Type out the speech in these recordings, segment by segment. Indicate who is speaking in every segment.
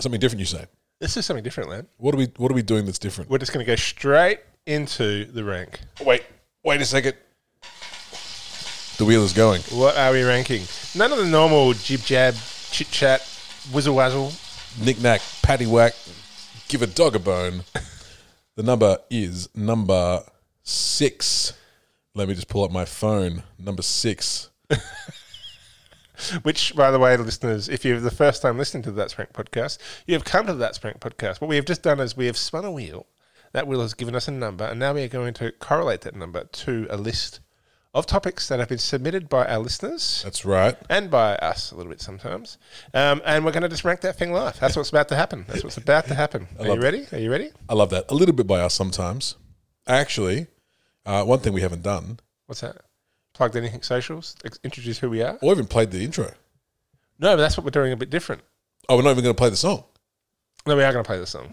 Speaker 1: Something different, you say.
Speaker 2: This is something different, man.
Speaker 1: What are we What are we doing that's different?
Speaker 2: We're just going to go straight into the rank.
Speaker 1: Wait, wait a second. The wheel is going.
Speaker 2: What are we ranking? None of the normal jib jab, chit chat, whizzle wazzle.
Speaker 1: Knick knack, patty whack, give a dog a bone. the number is number six. Let me just pull up my phone. Number six.
Speaker 2: Which, by the way, listeners, if you're the first time listening to the That's Rank podcast, you have come to the That's Rank podcast. What we have just done is we have spun a wheel. That wheel has given us a number, and now we are going to correlate that number to a list of topics that have been submitted by our listeners
Speaker 1: That's right.
Speaker 2: and by us a little bit sometimes. Um, and we're going to just rank that thing live. That's what's about to happen. That's what's about to happen. Are you
Speaker 1: love
Speaker 2: ready? Are you ready?
Speaker 1: I love that. A little bit by us sometimes. Actually, uh, one thing we haven't done
Speaker 2: What's that? Plugged anything socials? Ex- Introduce who we are?
Speaker 1: or even played the intro.
Speaker 2: No, but that's what we're doing a bit different.
Speaker 1: Oh, we're not even going to play the song.
Speaker 2: No, we are going to play this song.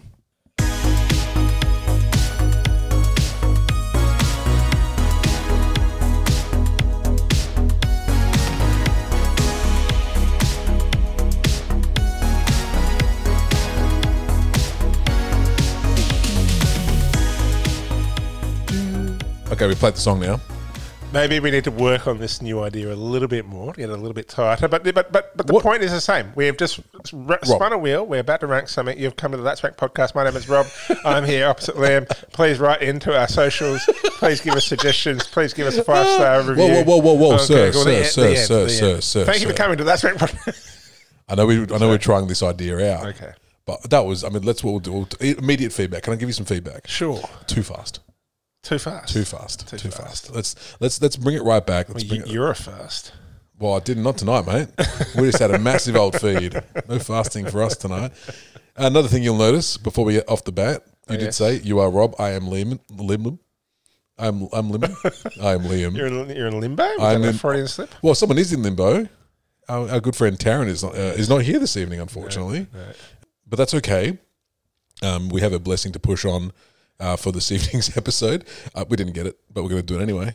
Speaker 1: Okay, we played the song now.
Speaker 2: Maybe we need to work on this new idea a little bit more, get a little bit tighter. But but but, but the
Speaker 1: What-
Speaker 2: point is the same. We have just r- spun a wheel. We're about to rank something. You've come to the That's Rank podcast. My name is Rob. I'm here opposite Liam. Please write into our socials. Please give us suggestions. Please give us a five star review.
Speaker 1: whoa, whoa, whoa, whoa, sir,
Speaker 2: go on, the
Speaker 1: sir,
Speaker 2: end,
Speaker 1: sir,
Speaker 2: the end,
Speaker 1: sir,
Speaker 2: the
Speaker 1: sir,
Speaker 2: end.
Speaker 1: sir,
Speaker 2: Thank you for
Speaker 1: sir.
Speaker 2: coming to the That's Rank podcast.
Speaker 1: I know we. I know we're trying this idea out.
Speaker 2: Okay.
Speaker 1: But that was. I mean, that's what we'll do. We'll t- immediate feedback. Can I give you some feedback?
Speaker 2: Sure.
Speaker 1: Too fast.
Speaker 2: Too fast.
Speaker 1: Too fast. Too, fast. Let's let's let's bring it right back. Let's
Speaker 2: You,
Speaker 1: bring it.
Speaker 2: you're a first.
Speaker 1: Well, I did not tonight, mate. We just had a massive old feed. No fasting for us tonight. Another thing you'll notice before we get off the bat, you did
Speaker 2: Oh, yes.
Speaker 1: say you are Rob. I am Liam. Liam. I'm I'm Liam. I am Liam.
Speaker 2: You're in, you're in limbo. Was
Speaker 1: I'm
Speaker 2: that a
Speaker 1: in-
Speaker 2: Freudian slip.
Speaker 1: Well, someone is in limbo. Our, our good friend Taryn is not, uh, is not here this evening, unfortunately. But that's okay. Um, we have a blessing to push on uh, for this evening's episode. Uh, we didn't get it, but we're going to do it anyway.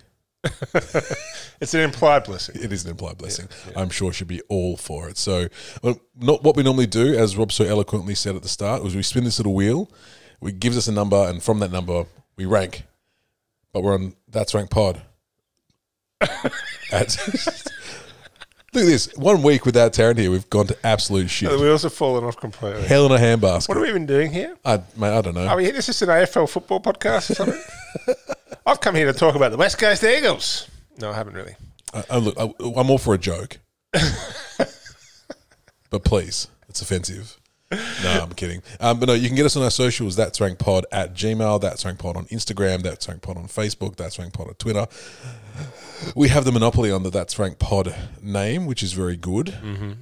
Speaker 2: It's an implied blessing.
Speaker 1: It is an implied blessing. I'm sure she'd be all for it. So, well, not what we normally do, as Rob so eloquently said at the start, was we spin this little wheel. It gives us a number, and from that number, we rank. But we're on that's rank pod. At- Look at this. One week without Taryn here, we've gone to absolute
Speaker 2: The
Speaker 1: shit.
Speaker 2: wheels have fallen off completely.
Speaker 1: Hell in a
Speaker 2: What
Speaker 1: handbasket.
Speaker 2: are we even doing here?
Speaker 1: I, mate, I don't know.
Speaker 2: Are we here? This is an AFL football podcast or something? I've come here to talk about the West Coast Eagles. No, I haven't really.
Speaker 1: I, I look, I, I'm all for a joke, but please, it's offensive. No, I'm kidding. Um, but no, you can get us on our socials. That's Rank Pod at Gmail. That's Rank Pod on Instagram. That's Rank Pod on Facebook. That's Rank Pod on Twitter. We have the monopoly on the That's Rank Pod name, which is very good.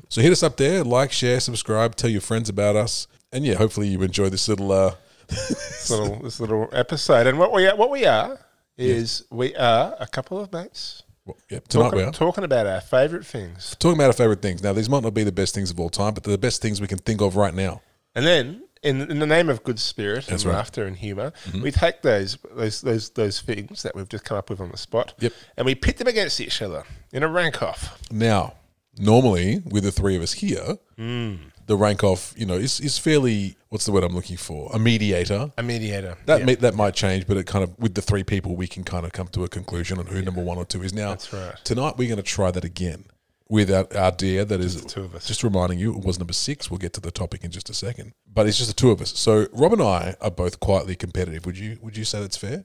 Speaker 1: So hit us up there. Like, share, subscribe. Tell your friends about us. And yeah, hopefully you enjoy this little. Uh,
Speaker 2: This little, this little episode. And what we are, what we are is we are a couple of mates
Speaker 1: well, yeah, tonight we
Speaker 2: talking,
Speaker 1: are.
Speaker 2: talking about our favourite things.
Speaker 1: Talking about our favorite things. Now, these might not be the best things of all time, but they're the best things we can think of right now.
Speaker 2: And then, in, in the name of good spirit and laughter and humour,
Speaker 1: Mm-hmm.
Speaker 2: we take those, those those those things that we've just come up with on the spot,
Speaker 1: Yep.
Speaker 2: and we pit them against each other in a rank off.
Speaker 1: Now, normally with the three of us here,
Speaker 2: Hmm.
Speaker 1: the rank off, you know, is, is fairly what's the word I'm looking for? A mediator.
Speaker 2: A mediator.
Speaker 1: That me- that might change, but it kind of with the three people we can kind of come to a conclusion on who number one or two is. Now, That's
Speaker 2: right.
Speaker 1: tonight we're going to try that again with our, our dear that is
Speaker 2: two of us.
Speaker 1: Just reminding you, it was number six. We'll get to the topic in just a second, but it's just the two of us. So Rob and I are both quietly competitive. Would you would you say that's fair?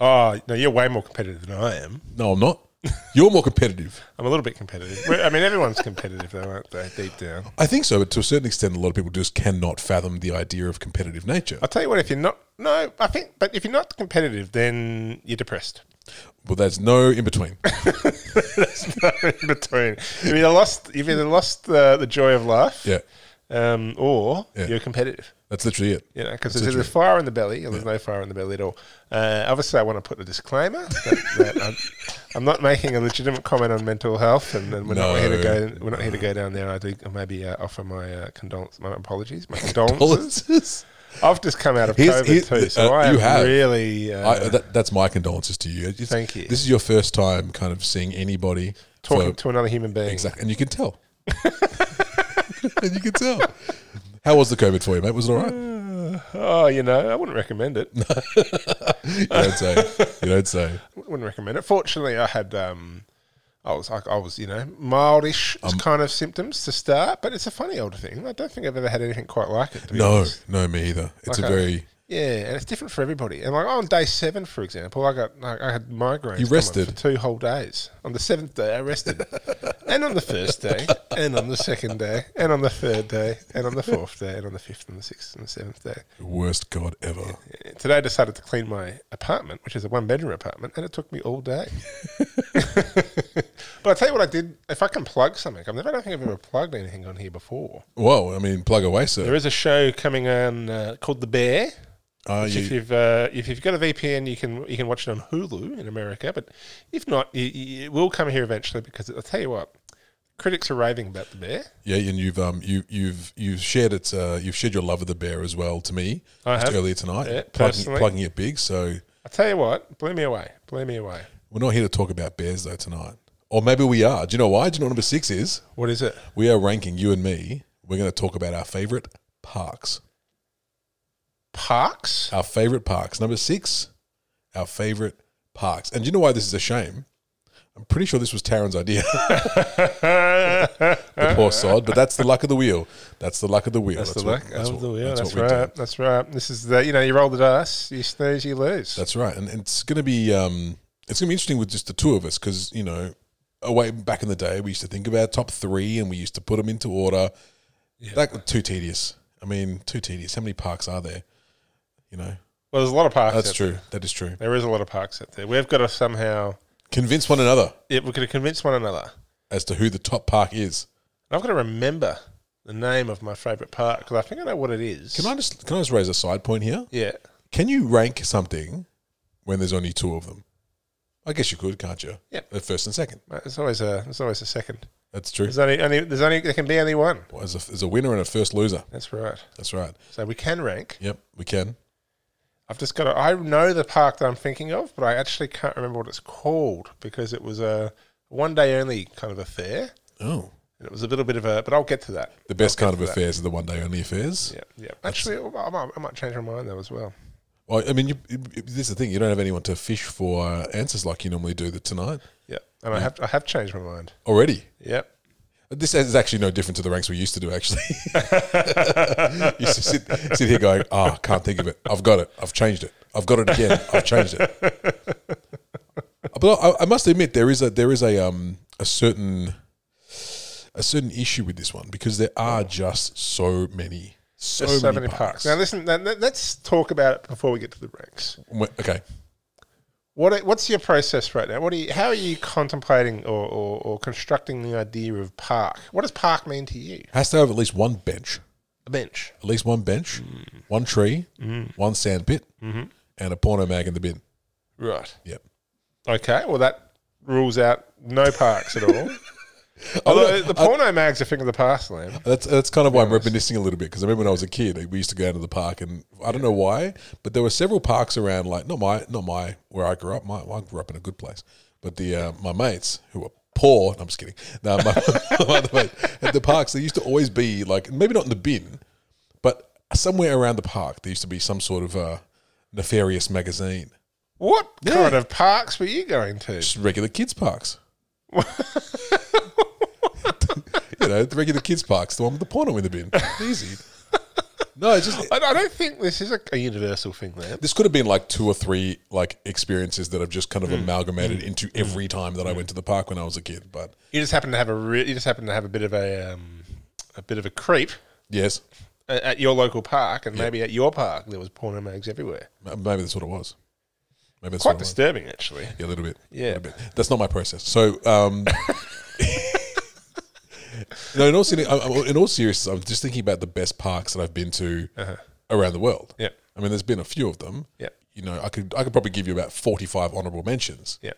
Speaker 2: Oh no, you're way more competitive than I am.
Speaker 1: No, I'm not. You're more competitive.
Speaker 2: I'm a little bit competitive. We're- I mean, everyone's competitive, though, aren't they? Deep down.
Speaker 1: I think so, but to a certain extent, a lot of people just cannot fathom the idea of competitive nature.
Speaker 2: I'll tell you what. If you're not, no, I think. But if you're not competitive, then you're depressed.
Speaker 1: Well, there's no in between.
Speaker 2: There's no in between. You've either lost, you've either lost uh, the joy of life,
Speaker 1: Yeah,
Speaker 2: um, or
Speaker 1: Yeah.
Speaker 2: you're competitive.
Speaker 1: that's literally it.
Speaker 2: You know, because there's either fire in the belly or there's no fire in the belly at all. Uh, obviously, I want to put a disclaimer that, that I'm, I'm not making a legitimate comment on mental health, and, and we're not here to
Speaker 1: No.
Speaker 2: go. We're not here to go down there. I do maybe uh, offer my uh, condolence, my apologies, my condolences.
Speaker 1: Condolences.
Speaker 2: I've just come out of
Speaker 1: Here's-
Speaker 2: COVID
Speaker 1: here's-
Speaker 2: too, so
Speaker 1: uh,
Speaker 2: I
Speaker 1: you
Speaker 2: am
Speaker 1: have.
Speaker 2: really uh,
Speaker 1: I, that, that's my condolences to you. It's-
Speaker 2: Thank you.
Speaker 1: This is your first time kind of seeing anybody
Speaker 2: talking
Speaker 1: for-
Speaker 2: to another human being.
Speaker 1: exactly, and you can tell. and you can tell. How was the COVID for you, mate? Was it all right?
Speaker 2: Oh, you know, I wouldn't recommend it.
Speaker 1: You don't say. You don't say.
Speaker 2: wouldn't recommend it. Fortunately, I had um, I was I, I was you know mildish
Speaker 1: Um,
Speaker 2: kind of symptoms to start, but it's a funny old thing. I don't think I've ever had anything quite like it. to be
Speaker 1: No,
Speaker 2: honest.
Speaker 1: no, me either. It's a
Speaker 2: Okay.
Speaker 1: very.
Speaker 2: Yeah, and it's different for everybody. And like on day seven, for example, I got I, I had migraines.
Speaker 1: You
Speaker 2: come on
Speaker 1: rested.
Speaker 2: for two whole days. On the seventh day, I rested, and on the first day, and on the second day, and on the third day, and on the fourth day, and on the fifth, and the sixth, and the seventh day.
Speaker 1: Worst God ever.
Speaker 2: Yeah, Today, I decided to clean my apartment, which is a one-bedroom apartment, and it took me all day. but I tell you what, I did. If I can plug something, I've never, I don't think I've ever plugged anything on here before.
Speaker 1: Well, I mean, plug away,
Speaker 2: There
Speaker 1: sir.
Speaker 2: is a show coming on uh, called The Bear.
Speaker 1: Are
Speaker 2: Which if
Speaker 1: you?
Speaker 2: you've uh, if you've got a VPN, you can you can watch it on Hulu in America. But if not, you, you, it will come here eventually because I'll tell you what, critics are raving about the bear.
Speaker 1: Yeah, and you've um, you you've you've shared it. Uh, you've shared your love of the bear as well to me
Speaker 2: I
Speaker 1: just
Speaker 2: have.
Speaker 1: earlier tonight.
Speaker 2: Yeah,
Speaker 1: plugging,
Speaker 2: personally.
Speaker 1: plugging it big. So
Speaker 2: I tell you what, blew me away, blew me away.
Speaker 1: we're not here to talk about bears though tonight, or maybe we are. Do you know why? Do you know what number six is?
Speaker 2: What is it?
Speaker 1: We are ranking you and me. We're going to talk about our favorite parks.
Speaker 2: Parks?
Speaker 1: Our favorite parks. Number six, our favorite parks. And do you know why this is a shame? I'm pretty sure this was Taryn's idea, the poor sod, but that's the luck of the wheel. That's the luck of the wheel.
Speaker 2: That's, the
Speaker 1: what-
Speaker 2: luck of
Speaker 1: what-
Speaker 2: the wheel.
Speaker 1: that's
Speaker 2: That's,
Speaker 1: what we do.
Speaker 2: right. That's right. This is the you know you roll the dice, you snooze, you lose.
Speaker 1: That's right, and it's going to be um, it's going to be interesting with just the two of us because you know, away back in the day, we used to think about top three and we used to put them into order. That was too tedious. I mean, too tedious. How many parks are there? You know,
Speaker 2: well, there's a lot of parks.
Speaker 1: that's
Speaker 2: out
Speaker 1: true. That is true.
Speaker 2: There. there is a lot of parks out there. We've got to somehow
Speaker 1: Convince one another
Speaker 2: yeah, we've got to convince one another.
Speaker 1: as to who the top park is.
Speaker 2: I've got to remember the name of my favourite park because I think I know what it is.
Speaker 1: Can I just can I just raise a side point here?
Speaker 2: Yeah.
Speaker 1: Can you rank something when there's only two of them? I guess you could, can't you?
Speaker 2: Yep.
Speaker 1: At first and second.
Speaker 2: Mate, There's always a there's always a second.
Speaker 1: That's true.
Speaker 2: There's only, only there's only there can be only one.
Speaker 1: Well, There's a, there's a winner and a first loser.
Speaker 2: That's right.
Speaker 1: That's right.
Speaker 2: So we can rank.
Speaker 1: Yep, we can.
Speaker 2: I've just got to, I know the park that I'm thinking of, but I actually can't remember what it's called because it was a one day only kind of affair.
Speaker 1: Oh.
Speaker 2: And it was a little bit of a, but I'll get to that.
Speaker 1: The best kind of
Speaker 2: to that.
Speaker 1: affairs are the one day only affairs.
Speaker 2: Yeah, yeah. Actually, I might, I might change my mind though as well.
Speaker 1: Well, I mean, you, you- this is the thing. You don't have anyone to fish for uh, answers like you normally do the tonight
Speaker 2: Yeah, and I have I have changed my mind.
Speaker 1: already.
Speaker 2: Yep.
Speaker 1: This is actually no different to the ranks we used to do, actually. you used to sit, sit here going, ah, can't think of it. I've got it. I've changed it. I've got it again. I've changed it. But I, I must admit, there is a there is a um a certain a certain issue with this one because there are just so many, so,
Speaker 2: There's so
Speaker 1: many, parks.
Speaker 2: Now listen, now, let- let's talk about it before we get to the ranks.
Speaker 1: okay,
Speaker 2: What what's your process right now? What are you, how are you contemplating or, or, or constructing the idea of park? What does park mean to you?
Speaker 1: has to have at least one bench.
Speaker 2: A bench.
Speaker 1: at least one bench, one tree, one sand pit, and a porno mag in the bin.
Speaker 2: Right.
Speaker 1: Yep.
Speaker 2: Okay. Well, that rules out no parks at all. Although the porno mags are thing of the past, Liam.
Speaker 1: That's that's kind of why I'm reminiscing a little bit because I remember when I was a kid, we used to go down to the park, and I don't know why, but there were several parks around. Like not my not my where I grew up. My well, I grew up in a good place, but the uh, my mates who were poor. No, I'm just kidding. No, my, my other mate, at the parks they used to always be like maybe not in the bin, but somewhere around the park there used to be some sort of uh, nefarious magazine.
Speaker 2: What kind of parks were you going to?
Speaker 1: just regular kids parks. you know, the regular kids parks, the one with the porno in the bin. Easy. No, it's just
Speaker 2: I, I don't think this is a, a universal thing, Liam.
Speaker 1: this could have been like two or three like experiences that I've just kind of
Speaker 2: Mm.
Speaker 1: amalgamated into every time that I went to the park when I was a kid. But
Speaker 2: You just happen to have a re- you just happen to have a bit of a um, a bit of a creep
Speaker 1: yes,
Speaker 2: at, at your local park, and maybe at your park there was porno mags everywhere. uh,
Speaker 1: m- maybe that's what it was. Maybe that's
Speaker 2: Quite
Speaker 1: what it was.
Speaker 2: disturbing, actually.
Speaker 1: Yeah, a little bit.
Speaker 2: Yeah.
Speaker 1: a little bit. That's not my process. So, um, no. In all, seri- I- I- in all seriousness, I'm just thinking about the best parks that I've been to around the world.
Speaker 2: Uh-huh. Yeah.
Speaker 1: I mean, there's been a few of them.
Speaker 2: Yeah.
Speaker 1: You know, I could I could probably give you about 45 honorable mentions.
Speaker 2: Yeah.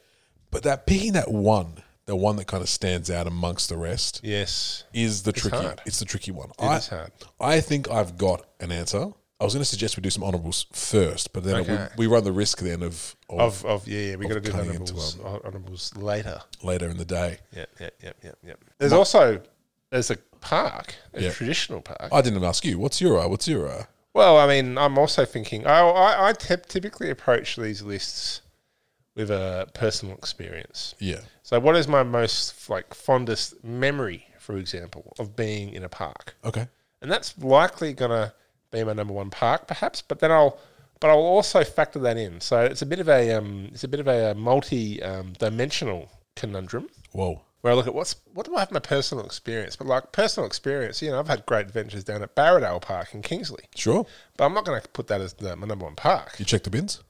Speaker 1: But that picking that one, the one that kind of stands out amongst the rest,
Speaker 2: Yes.
Speaker 1: is the tricky.
Speaker 2: hard.
Speaker 1: It's the tricky one.
Speaker 2: It
Speaker 1: I,
Speaker 2: is hard.
Speaker 1: I think I've got an answer. I was going to suggest we do some honorables first, but then
Speaker 2: Okay.
Speaker 1: we, we run the risk then of, of
Speaker 2: Of, of yeah, yeah, we got to do
Speaker 1: cutting into
Speaker 2: honorables, honorables later.
Speaker 1: later in the day.
Speaker 2: Yeah, yeah, yeah, yeah, yeah. There's also there's a park, a
Speaker 1: Yeah.
Speaker 2: traditional park.
Speaker 1: I didn't ask you. What's your eye? What's your uh, eye?
Speaker 2: Well, I mean, I'm also thinking. I I, I typ- typically approach these lists with a personal experience.
Speaker 1: Yeah.
Speaker 2: So, what is my most like fondest memory, for example, of being in a park?
Speaker 1: Okay.
Speaker 2: and that's likely gonna be my number one park, perhaps. But then I'll, but I'll also factor that in. So it's a bit of a, um, it's a bit of a, uh multi-dimensional conundrum
Speaker 1: Whoa.
Speaker 2: where I look at what's, what do I have my personal experience? But like personal experience, you know, I've had great adventures down at Barrowdale Park in Kingsley,
Speaker 1: Sure.
Speaker 2: but I'm not gonna put that as the, my number one park,
Speaker 1: You check the bins?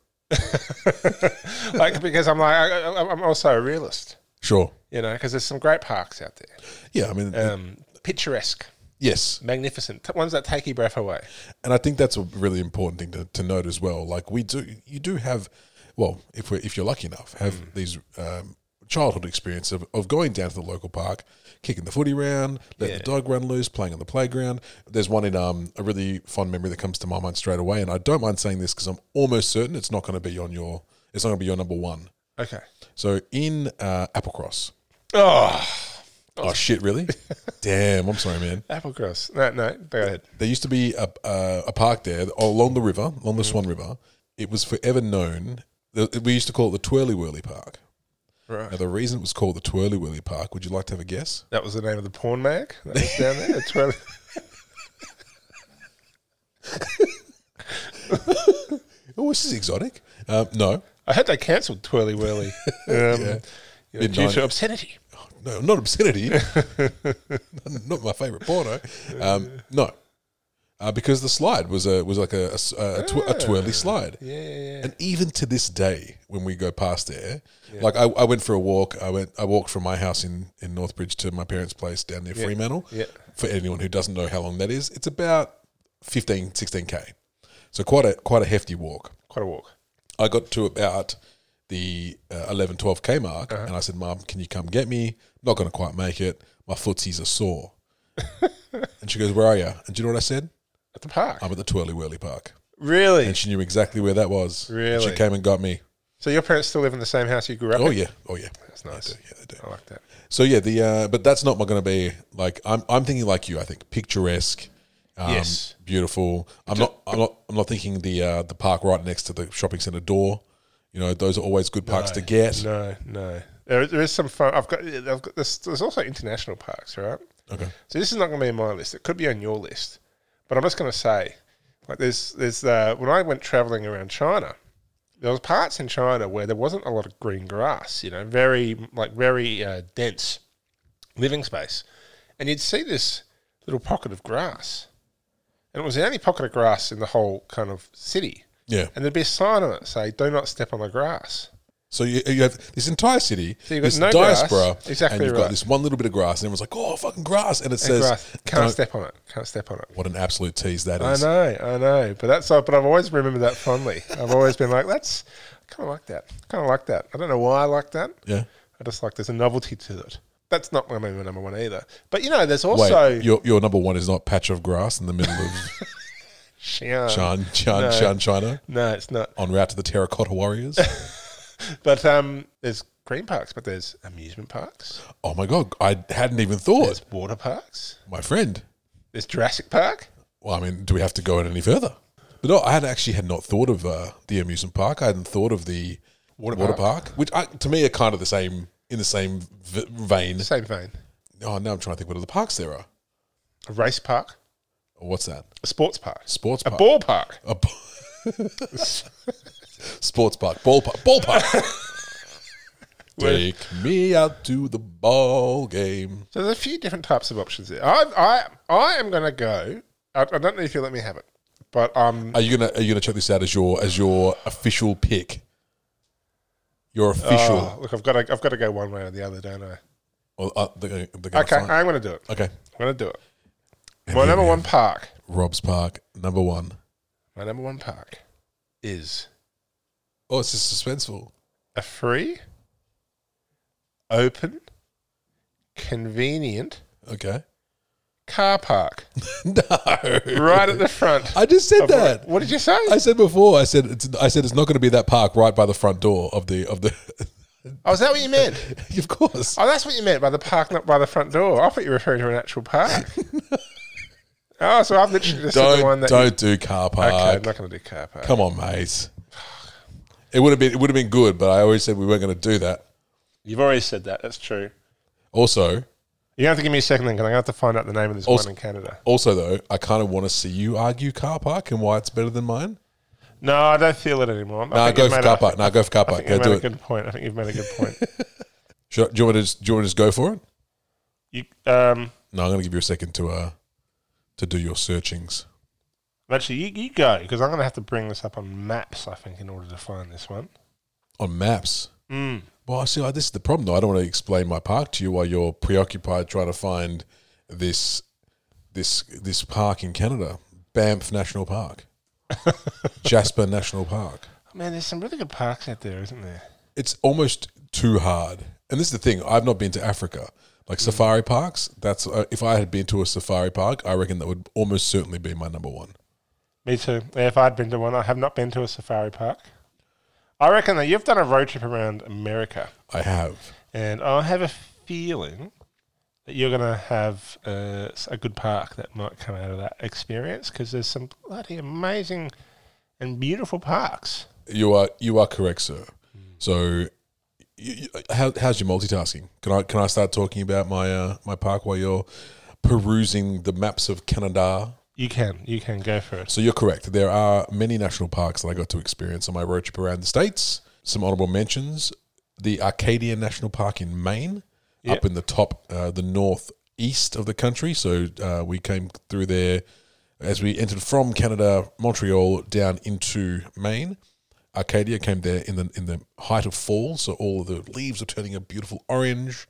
Speaker 2: like because I'm like, I, I, I'm also a realist,
Speaker 1: Sure.
Speaker 2: you know, because there's some great parks out there,
Speaker 1: Yeah. I mean,
Speaker 2: um, picturesque,
Speaker 1: yes.
Speaker 2: magnificent, t- ones that take your breath away.
Speaker 1: And I think that's a really important thing to, to note as well. Like we do, you do have, well, if we're if you're lucky enough, have these um, childhood experience of, of going down to the local park, kicking the footy around, letting the dog run loose, playing on the playground. There's one in um, a really fond memory that comes to my mind straight away, and I don't mind saying this because I'm almost certain it's not going to be on your it's not going to be your number one.
Speaker 2: Okay.
Speaker 1: So in uh, Applecross.
Speaker 2: Oh.
Speaker 1: Oh shit! Really? Damn! I'm sorry, man.
Speaker 2: Applecross. No, no, go ahead.
Speaker 1: There used to be a, a, a park there oh, along the river, along the Swan River. It was forever known. the- We used to call it the Twirly Whirly Park.
Speaker 2: Right.
Speaker 1: Now, the reason it was called the Twirly Whirly Park, would you like to have a guess?
Speaker 2: That was the name of the porn mag that was down there. At 12.
Speaker 1: Oh, this is exotic. Um, no,
Speaker 2: I heard they cancelled Twirly Whirly um, you know, due
Speaker 1: Midnight.
Speaker 2: to obscenity.
Speaker 1: no, not obscenity. not my favorite porno. Um, no, uh, because the slide was a was like a, a s- a tw- a twirly slide.
Speaker 2: Yeah, yeah, yeah.
Speaker 1: And even to this day, when we go past there, like I, I went for a walk. I went I walked from my house in in Northbridge to my parents' place down near Fremantle.
Speaker 2: Yeah.
Speaker 1: For anyone who doesn't know how long that is, it's about 15, 16 k. So quite a quite a hefty walk.
Speaker 2: Quite a walk.
Speaker 1: I got to about the uh, 11, 12 k mark,
Speaker 2: Uh-huh.
Speaker 1: and I said, "Mom, can you come get me? Not going to quite make it. My footsies are sore." and she goes, "Where are you?" And do you know what I said?
Speaker 2: At the park.
Speaker 1: I'm at the Twirly Whirly Park,
Speaker 2: really?
Speaker 1: and she knew exactly where that was. And she
Speaker 2: Really?
Speaker 1: came and got me.
Speaker 2: So your parents still live in the same house you grew up
Speaker 1: Oh
Speaker 2: in?
Speaker 1: yeah, oh yeah.
Speaker 2: That's nice.
Speaker 1: Yeah, they do.
Speaker 2: I like that.
Speaker 1: So yeah, the uh, but that's not going to be like I'm. I'm thinking like you. I think picturesque, um,
Speaker 2: Yes.
Speaker 1: beautiful. I'm not. I'm not. I'm not thinking the uh, the park right next to the shopping center door. You know, those are always good parks to get.
Speaker 2: No, no. There, there is some fun. I've got, I've got there's, there's also international parks, right?
Speaker 1: Okay.
Speaker 2: So this is not going to be on my list. It could be on your list, but I'm just going to say, like, there's there's uh, when I went traveling around China, there was parts in China where there wasn't a lot of green grass. You know, very like very uh, dense living space, and you'd see this little pocket of grass, and it was the only pocket of grass in the whole kind of city.
Speaker 1: Yeah.
Speaker 2: And there'd be a sign on it say, "Do not step on the grass."
Speaker 1: So you, you have this entire city,
Speaker 2: you've got
Speaker 1: this
Speaker 2: no grass.
Speaker 1: diaspora, and
Speaker 2: Exactly
Speaker 1: you've got
Speaker 2: right.
Speaker 1: this one little bit of grass, and everyone's like, "Oh, fucking grass!" And it says,
Speaker 2: Grass can't
Speaker 1: don't-
Speaker 2: step on it. Can't step on it.
Speaker 1: "What an absolute tease that
Speaker 2: uh, I
Speaker 1: is."
Speaker 2: know, I know, but that's uh, but I've always remembered that fondly. I've always been like, that's I kind of like that. I kind of like that. I don't know why I like that.
Speaker 1: Yeah.
Speaker 2: I just like there's a novelty to it. That's not my number number one either. But you know, there's
Speaker 1: Wait,
Speaker 2: also
Speaker 1: your your number one is not patch of grass in the middle of
Speaker 2: Xi'an.
Speaker 1: Shan Shan
Speaker 2: No.
Speaker 1: Shan China
Speaker 2: No, it's not.
Speaker 1: en route to the terracotta warriors.
Speaker 2: But um, there's green parks, but there's amusement parks,
Speaker 1: Oh my god, I hadn't even thought,
Speaker 2: there's water parks,
Speaker 1: my friend.
Speaker 2: there's Jurassic Park.
Speaker 1: Well, I mean, do we have to go in any further? But no, I had actually had not thought of uh, the amusement park. I hadn't thought of the water, park. which I, to me are kind of the same in the same v- vein.
Speaker 2: Same vein.
Speaker 1: Oh, now I'm trying to think what other parks there are.
Speaker 2: A race park,
Speaker 1: What's that?
Speaker 2: a sports park,
Speaker 1: Sports
Speaker 2: a
Speaker 1: park.
Speaker 2: ball park.
Speaker 1: A b- Sports park. Ball park. Ball park. Take me out to the ball game.
Speaker 2: So there's a few different types of options there. I I I am going to go. I, I don't know if you will let me have it, but um,
Speaker 1: Are you gonna Are you gonna check this out as your as your official pick? Your official.
Speaker 2: oh, look, I've got to I've got to go one way or the other, don't I?
Speaker 1: Well, uh, they're gonna, they're gonna
Speaker 2: Okay,
Speaker 1: find-
Speaker 2: I'm going to do it.
Speaker 1: Okay.
Speaker 2: I'm going to do it. My number one park.
Speaker 1: Rob's Park, number one.
Speaker 2: My number one park is
Speaker 1: Oh, it's just suspenseful.
Speaker 2: a free, open, convenient
Speaker 1: Okay.
Speaker 2: car park
Speaker 1: no.
Speaker 2: right at the front.
Speaker 1: I just said that.
Speaker 2: What did you say?
Speaker 1: I said before. I said it's. I said it's not going to be that park right by the front door of the of the
Speaker 2: Oh, is that what you meant?
Speaker 1: of course.
Speaker 2: Oh, that's what you meant by the park, not by the front door. I thought you were referring to an actual park. oh, so I've literally just said the one
Speaker 1: Don't
Speaker 2: that.
Speaker 1: don't do car park.
Speaker 2: okay, I'm not going to do car park.
Speaker 1: Come on, mate. It would have been it would have been good, but I always said we weren't going to do that.
Speaker 2: You've already said that. That's true.
Speaker 1: Also,
Speaker 2: You have to give me a second then, because I'm going to have to find out the name of this
Speaker 1: Also-
Speaker 2: one in Canada.
Speaker 1: also though, I kind of want to see you argue car park and why it's better than mine.
Speaker 2: No, I don't feel it anymore.
Speaker 1: Nah,
Speaker 2: I think
Speaker 1: go
Speaker 2: you've
Speaker 1: for
Speaker 2: made
Speaker 1: car
Speaker 2: a-
Speaker 1: park. Nah, go for car
Speaker 2: I
Speaker 1: park.
Speaker 2: think
Speaker 1: Go
Speaker 2: you've
Speaker 1: do
Speaker 2: made a
Speaker 1: it.
Speaker 2: good point. I think you've made a good point.
Speaker 1: Should- do you want me to just, do you want me to just go for it?
Speaker 2: you, um,
Speaker 1: No, I'm going to give you a second to uh to do your searchings.
Speaker 2: actually, you, you go because I'm going to have to bring this up on maps. I think in order to find this one.
Speaker 1: on maps.
Speaker 2: Mm.
Speaker 1: Well, I see, like, this is the problem, though. I don't want to explain my park to you while you're preoccupied trying to find this this this park in Canada, Banff National Park, Jasper National Park.
Speaker 2: Man, there's some really good parks out there, isn't there?
Speaker 1: It's almost too hard. And this is the thing: I've not been to Africa. Like safari parks, that's uh, if I had been to a safari park, I reckon that would almost certainly be my number one.
Speaker 2: Me too. Yeah, If I'd been to one, I have not been to a safari park. I reckon that you've done a road trip around America,
Speaker 1: I have.
Speaker 2: and I have a feeling that you're going to have uh, s- a good park that might come out of that experience because there's some bloody amazing and beautiful parks.
Speaker 1: You are you are correct, sir. So, you, you- how, how's your multitasking? Can I can I start talking about my uh, my park while you're perusing the maps of Canada?
Speaker 2: You can, you can go for it.
Speaker 1: So you're correct. There are many national parks that I got to experience on my road trip around the states. Some honorable mentions: the Arcadia National Park in Maine, up in the top, uh, the northeast of the country. So uh, we came through there as we entered from Canada, Montreal, down into Maine. Arcadia came there in the in the height of fall, so all of the leaves are turning a beautiful orange.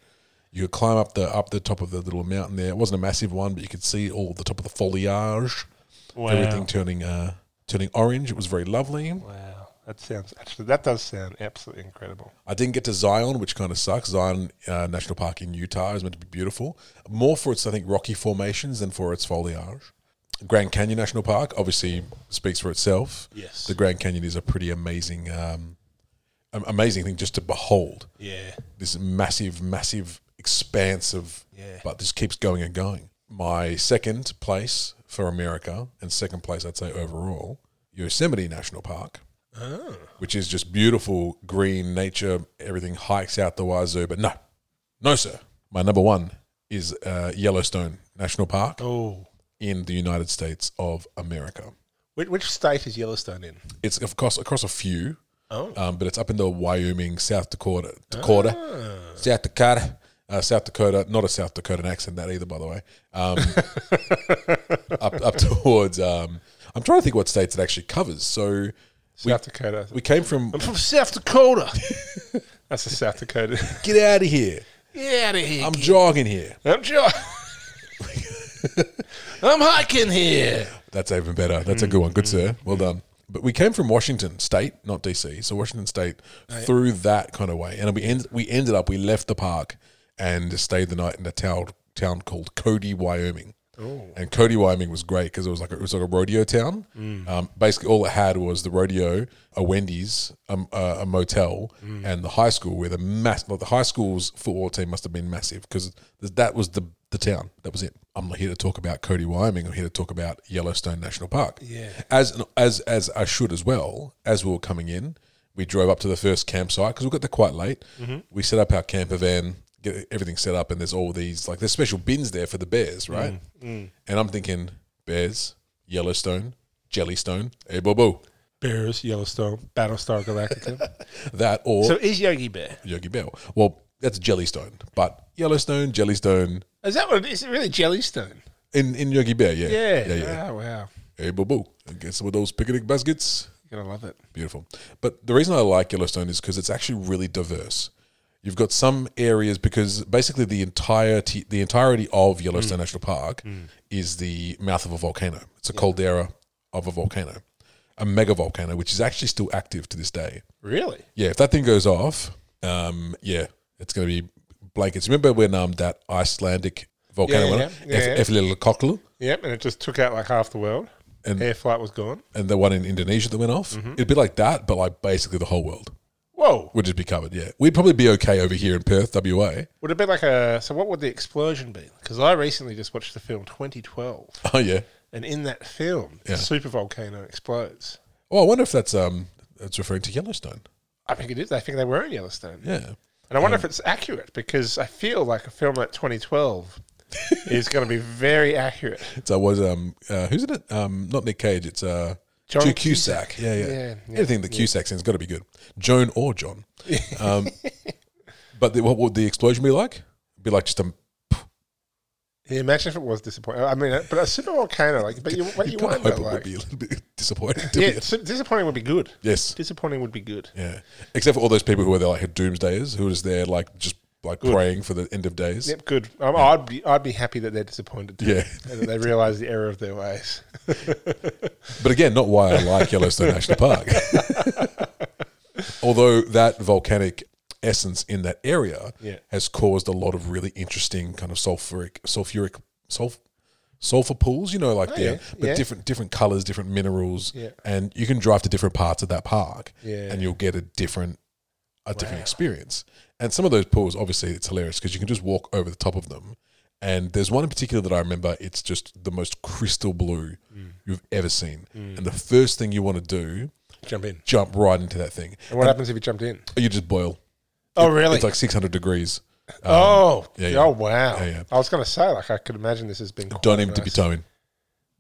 Speaker 1: You could climb up the up the top of the little mountain there. It wasn't a massive one, but you could see all the top of the foliage
Speaker 2: Wow.
Speaker 1: everything turning uh, turning orange. It was very lovely.
Speaker 2: Wow, that sounds actually that does sound absolutely incredible.
Speaker 1: I didn't get to Zion, which kind of sucks. Zion uh, National Park in Utah is meant to be beautiful, more for its I think rocky formations than for its foliage. Grand Canyon National Park obviously speaks for itself.
Speaker 2: Yes.
Speaker 1: the Grand Canyon is a pretty amazing, um, am- amazing thing just to behold.
Speaker 2: Yeah,
Speaker 1: This massive, massive expanse of,
Speaker 2: Yeah.
Speaker 1: but this keeps going and going. My second place for America and second place I'd say overall, Yosemite National Park which is just beautiful green nature. Everything hikes out the wazoo, but no, no, sir. My number one is uh, Yellowstone National Park
Speaker 2: Oh,
Speaker 1: in the United States of America.
Speaker 2: which, which state is Yellowstone in?
Speaker 1: It's of course across a few,
Speaker 2: Oh.
Speaker 1: um, but it's up in the Wyoming, South Dakota, Dakota, South Dakota, uh, South Dakota. Not a South Dakotan accent that either, by the way. Um, up up towards. Um, I'm trying to think what states it actually covers. So
Speaker 2: South Dakota.
Speaker 1: we came from.
Speaker 2: I'm from South Dakota. That's a South Dakota.
Speaker 1: Get out of here!
Speaker 2: Get out of here.
Speaker 1: I'm jogging here.
Speaker 2: I'm jo- I'm hiking here.
Speaker 1: That's even better. That's a good one. Good, sir. Well done. But we came from Washington State, not DC. So Washington State through that kind of way, and we end, we ended up we left the park and stayed the night in a town town called Cody, Wyoming. And Cody, Wyoming was great because it was like a, it was like a rodeo town. Um, basically, all it had was the rodeo, a Wendy's, um, uh, a motel, and the high school. Where the mass, like the high school's football team must have been massive because that was the the town. That was it. I'm not here to talk about Cody, Wyoming. I'm here to talk about Yellowstone National Park.
Speaker 2: Yeah.
Speaker 1: As as as I should as well. As we were coming in, we drove up to the first campsite because we got there quite late.
Speaker 2: Mm-hmm.
Speaker 1: We set up our camper van, get everything set up, and there's all these like there's special bins there for the bears, right?
Speaker 2: Mm.
Speaker 1: And I'm thinking bears, Yellowstone, Jellystone, hey Bobo,
Speaker 2: Bears, Yellowstone, Battlestar Galactica.
Speaker 1: that or
Speaker 2: so is Yogi Bear.
Speaker 1: Yogi Bear. Well, that's Jellystone, but Yellowstone, Jellystone.
Speaker 2: Is that what it is? It really Jellystone.
Speaker 1: In, in Yogi Bear, yeah.
Speaker 2: Yeah.
Speaker 1: Yeah, yeah.
Speaker 2: Oh, wow.
Speaker 1: Hey, boo boo. Get some of those picnic baskets.
Speaker 2: You're going to love it.
Speaker 1: Beautiful. But the reason I like Yellowstone is because it's actually really diverse. You've got some areas because basically the entirety the entirety of Yellowstone
Speaker 2: Mm.
Speaker 1: National Park is the mouth of a volcano. It's a caldera of a volcano, a mega volcano, which is actually still active to this day.
Speaker 2: Really?
Speaker 1: Yeah, if that thing goes off, um, yeah, it's going to be blankets. Remember when um, that Icelandic volcano
Speaker 2: Yeah,
Speaker 1: went
Speaker 2: yeah,
Speaker 1: off?
Speaker 2: yeah. Yeah, yeah.
Speaker 1: Ef- Eflalikoklu?
Speaker 2: Yep. And it just took out like half the world.
Speaker 1: And-
Speaker 2: Air flight was gone. Mm-hmm.
Speaker 1: and the one in Indonesia that went off. It'd be like that, but like basically the whole world.
Speaker 2: Whoa.
Speaker 1: We'd just be covered, yeah. We'd probably be okay over here in Perth, WA.
Speaker 2: Would it be like a. So, what would the explosion be? Because I recently just watched the film 2012.
Speaker 1: Oh, yeah.
Speaker 2: And in that film,
Speaker 1: Yeah.
Speaker 2: the super volcano explodes.
Speaker 1: Oh, I wonder if that's um, that's referring to Yellowstone.
Speaker 2: I think it is. I think they were in Yellowstone.
Speaker 1: Yeah.
Speaker 2: And I wonder if it's accurate because I feel like a film like 2012 is going to be very accurate.
Speaker 1: So it was um, uh, who's in it? Um, not Nick Cage. It's uh,
Speaker 2: John
Speaker 1: Joe Cusack. Yeah, yeah,
Speaker 2: Yeah, yeah,
Speaker 1: Anything the Cusack scene's got to be good. Joan or John. Um, but the, what would the explosion be like? Be like just a
Speaker 2: Yeah, imagine if it was disappointing. I mean, uh, but a super volcano, like, but you, what you,
Speaker 1: you kind of
Speaker 2: want,
Speaker 1: hope it would
Speaker 2: like,
Speaker 1: be a little bit disappointing. To
Speaker 2: yeah,
Speaker 1: be-
Speaker 2: su- disappointing would be good.
Speaker 1: Yes.
Speaker 2: Disappointing would be good.
Speaker 1: Yeah. Except for all those people who were there like doomsdayers, who was there like just like praying for the end of days.
Speaker 2: Yep, good. Um, I'd be, I'd be happy that they're disappointed. too,
Speaker 1: Yeah.
Speaker 2: and that they realise the error of their ways.
Speaker 1: But again, not why I like Yellowstone National Park. Although that volcanic essence in that area
Speaker 2: Yeah.
Speaker 1: has caused a lot of really interesting kind of sulfuric, sulfuric, sulf, sulfur pools. You know, like there,
Speaker 2: Oh, yeah,
Speaker 1: but
Speaker 2: yeah.
Speaker 1: different different colors, different minerals,
Speaker 2: Yeah.
Speaker 1: and you can drive to different parts of that park,
Speaker 2: Yeah.
Speaker 1: and you'll get a different a different experience. And some of those pools, obviously, it's hilarious because you can just walk over the top of them. And there's one in particular that I remember. It's just the most crystal blue
Speaker 2: Mm.
Speaker 1: you've ever seen. And the first thing you want to do,
Speaker 2: Jump in.
Speaker 1: jump right into that thing.
Speaker 2: And what happens if you jumped in?
Speaker 1: You just boil.
Speaker 2: Oh, really?
Speaker 1: Um, It's like 600 degrees.
Speaker 2: oh,
Speaker 1: yeah, yeah.
Speaker 2: oh, wow.
Speaker 1: Yeah, yeah.
Speaker 2: I was going to say, like, I could imagine this has been quite
Speaker 1: Don't even
Speaker 2: nice.
Speaker 1: dip your toe in.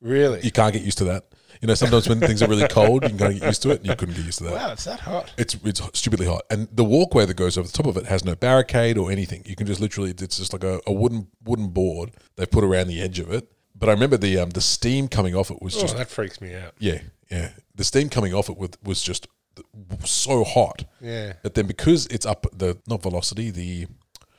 Speaker 2: Really?
Speaker 1: You can't get used to that. You know, sometimes when things are really cold, you can kind of get used to it. And you couldn't get used to that.
Speaker 2: Wow, it's that hot.
Speaker 1: It's it's stupidly hot, and the walkway that goes over the top of it has no barricade or anything. You can just literally it's just like a, a wooden wooden board they've put around the edge of it. But I remember the um, the steam coming off it was
Speaker 2: Oh,
Speaker 1: just
Speaker 2: that freaks me out.
Speaker 1: yeah yeah the steam coming off it with, was just so hot
Speaker 2: Yeah.
Speaker 1: that then because it's up the not velocity the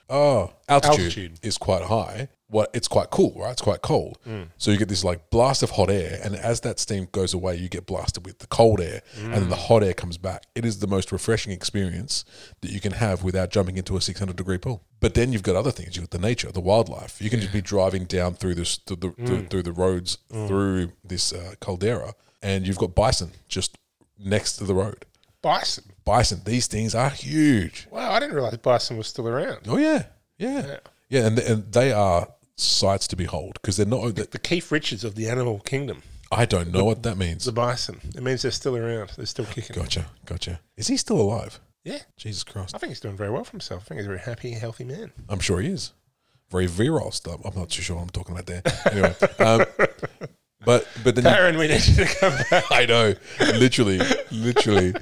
Speaker 1: oh altitude,
Speaker 2: Altitude.
Speaker 1: is quite high. What it's quite cool, right? It's quite cold,
Speaker 2: Mm.
Speaker 1: so you get this like blast of hot air, and as that steam goes away, you get blasted with the cold air, and then the
Speaker 2: Mm.
Speaker 1: hot air comes back. It is the most refreshing experience that you can have without jumping into a 600 degree pool. But then you've got other things. You've got the nature, the wildlife. You can just be driving down through this through the, through,
Speaker 2: Mm.
Speaker 1: through the roads through this uh, caldera, and you've got bison just next to the road.
Speaker 2: Bison.
Speaker 1: Bison. These things are huge.
Speaker 2: Wow, I didn't realize bison was still around.
Speaker 1: Oh yeah, yeah, yeah, and and they are sights to behold because they're not. uh,
Speaker 2: The Keith Richards of the animal kingdom,
Speaker 1: I don't know what that means.
Speaker 2: the bison. It means they're still around. They're still kicking.
Speaker 1: Gotcha, gotcha. Is he still alive?
Speaker 2: Yeah.
Speaker 1: Jesus Christ,
Speaker 2: I think he's doing very well for himself. I think he's a very happy, healthy man.
Speaker 1: I'm sure he is. Very virile stuff. I'm not too sure what I'm talking about there. Anyway, um, but but then you-
Speaker 2: Aaron, we need you to come back.
Speaker 1: I know, literally, literally.